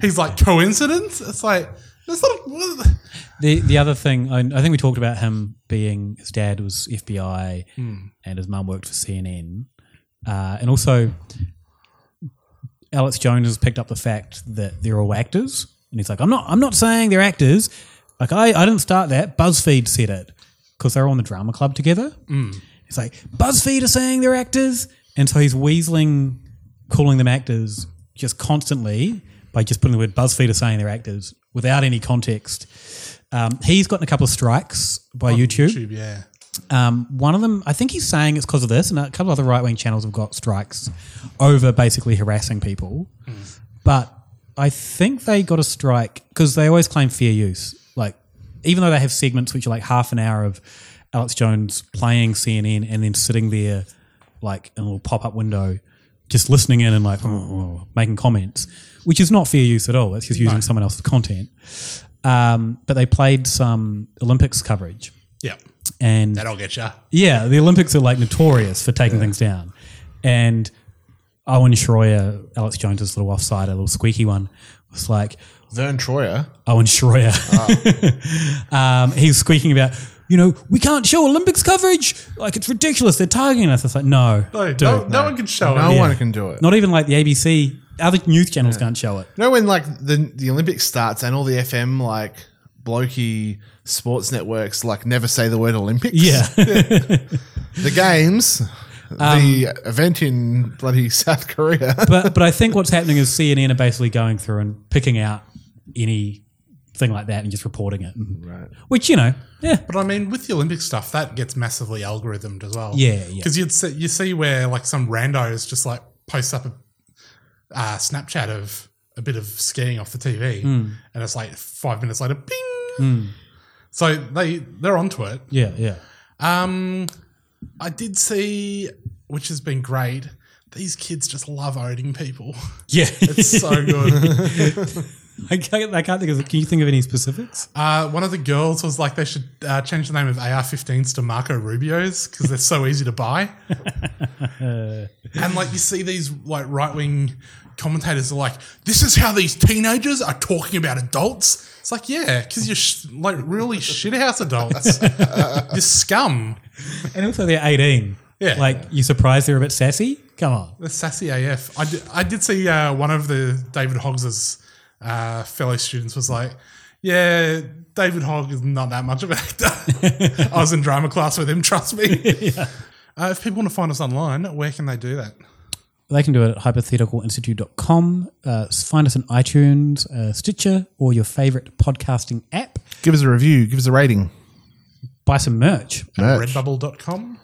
Speaker 6: He's like, coincidence? It's like, that's not.
Speaker 5: The the other thing, I, I think we talked about him being his dad was FBI
Speaker 6: Hmm.
Speaker 5: and his mum worked for CNN, uh, and also Alex Jones has picked up the fact that they're all actors, and he's like, I'm not I'm not saying they're actors. Like I, I didn't start that. BuzzFeed said it because they were on the drama club together.
Speaker 6: Mm.
Speaker 5: It's like BuzzFeed are saying they're actors, and so he's weaseling, calling them actors just constantly by just putting the word BuzzFeed are saying they're actors without any context. Um, he's gotten a couple of strikes by
Speaker 6: On
Speaker 5: YouTube.
Speaker 6: YouTube, yeah.
Speaker 5: Um, one of them, I think he's saying it's because of this, and a couple other right wing channels have got strikes over basically harassing people. But I think they got a strike because they always claim fair use. Like, even though they have segments which are like half an hour of Alex Jones playing CNN and then sitting there, like in a little pop up window, just listening in and like "Oh, oh, oh," making comments, which is not fair use at all. It's just using
Speaker 6: No.
Speaker 5: someone else's content. Um, but they played some Olympics coverage.
Speaker 6: Yep.
Speaker 5: And
Speaker 6: That'll get ya.
Speaker 5: yeah, the Olympics are like notorious for taking things down. And Owen Schroyer, Alex Jones's little offside, a little squeaky one, was like,
Speaker 7: Vern Troyer.
Speaker 5: Owen Schroyer. <laughs> um, he was squeaking about, you know, we can't show Olympics coverage. Like, it's ridiculous. They're targeting us. It's like, no.
Speaker 6: No,
Speaker 5: do
Speaker 6: no-
Speaker 5: it.
Speaker 6: no one can show
Speaker 7: No
Speaker 5: it.
Speaker 7: one
Speaker 5: Yeah.
Speaker 7: can do it.
Speaker 5: Not even like the ABC, other news channels can't show it.
Speaker 7: You know when like the the Olympics starts and all the FM like blokey sports networks like never say the word Olympics.
Speaker 5: Yeah.
Speaker 7: the games, the event in bloody <laughs> South Korea. <laughs>
Speaker 5: but but I think what's happening is CNN are basically going through and picking out any thing like that and just reporting it.
Speaker 7: Right.
Speaker 5: Which you know, yeah.
Speaker 6: But I mean, with the Olympic stuff, that gets massively algorithmed as well.
Speaker 5: Yeah, yeah.
Speaker 6: Because you'd see, you see where like some randos just like posts up a uh, Snapchat of a bit of skiing off the TV,
Speaker 5: Mm.
Speaker 6: and it's like five minutes later, bing.
Speaker 7: Hmm.
Speaker 5: Mm.
Speaker 6: So they they're onto it.
Speaker 5: Yeah, yeah.
Speaker 6: Um, I did see, which has been great. These kids just love owning people.
Speaker 5: Yeah.
Speaker 6: it's so good.
Speaker 5: <laughs> I can't, I can't think of. Can you think of any specifics?
Speaker 6: Uh, one of the girls was like, they should uh, change the name of AR-15s to Marco Rubio's because they're so easy to
Speaker 5: <laughs>
Speaker 6: buy. and like, you see these like right-wing commentators are like, this is how these teenagers are talking about adults. It's like, yeah, because you're sh- like really shithouse adults. you're scum.
Speaker 5: And also, they're eighteen.
Speaker 6: Yeah.
Speaker 5: Like you surprised they're a bit sassy. Come on.
Speaker 6: The sassy AF. I did, I did see uh, one of the David Hoggs's uh, fellow students was like, "Yeah, David Hogg is not that much of an
Speaker 5: <laughs>
Speaker 6: actor." I was in drama class with him. Trust me. uh, if people want to find us online, where can they do that?
Speaker 5: They can do it at hypotheticalinstitute.com. Uh, find us on iTunes, uh, Stitcher, or your favorite podcasting app.
Speaker 7: Give us a review. Give us a rating.
Speaker 5: Buy some merch.
Speaker 7: Merch.
Speaker 6: Redbubble.com.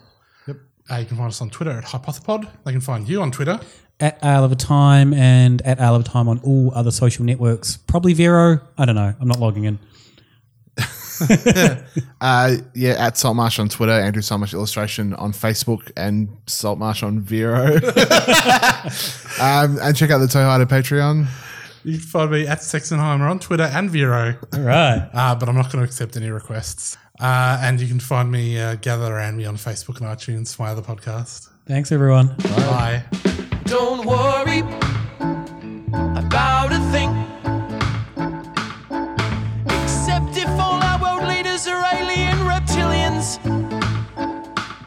Speaker 6: Yep. Uh, you can find us on Twitter at Hypothepod. They can find you on Twitter.
Speaker 5: at Isle of a Time and at Isle of a Time on all other social networks. Probably Vero. I don't know. I'm not logging in.
Speaker 7: Uh, yeah, at Saltmarsh on Twitter, Andrew Saltmarsh Illustration on Facebook, and Saltmarsh on
Speaker 6: <laughs>
Speaker 7: Vero. um, and check out the Toyota Patreon.
Speaker 6: You can find me at Sexenheimer on Twitter and Vero.
Speaker 5: All right.
Speaker 6: Uh, but I'm not going to accept any requests. Uh, and you can find me, uh, gather around me on Facebook and iTunes, my other podcast.
Speaker 5: Thanks, everyone.
Speaker 6: Bye.
Speaker 11: Don't worry about a thing. Except if all our world leaders are alien reptilians.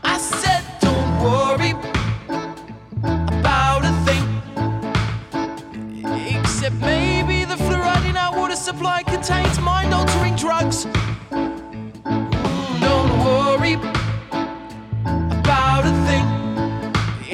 Speaker 11: I said, don't worry about a thing. Except maybe the fluoride in our water supply contains mind altering drugs. Mm, Don't worry about a thing.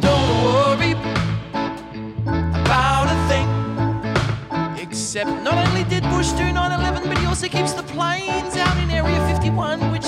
Speaker 11: don't worry about a thing. Except. Except not only did Bush do 9 11, but he also keeps the planes out in Area 51, which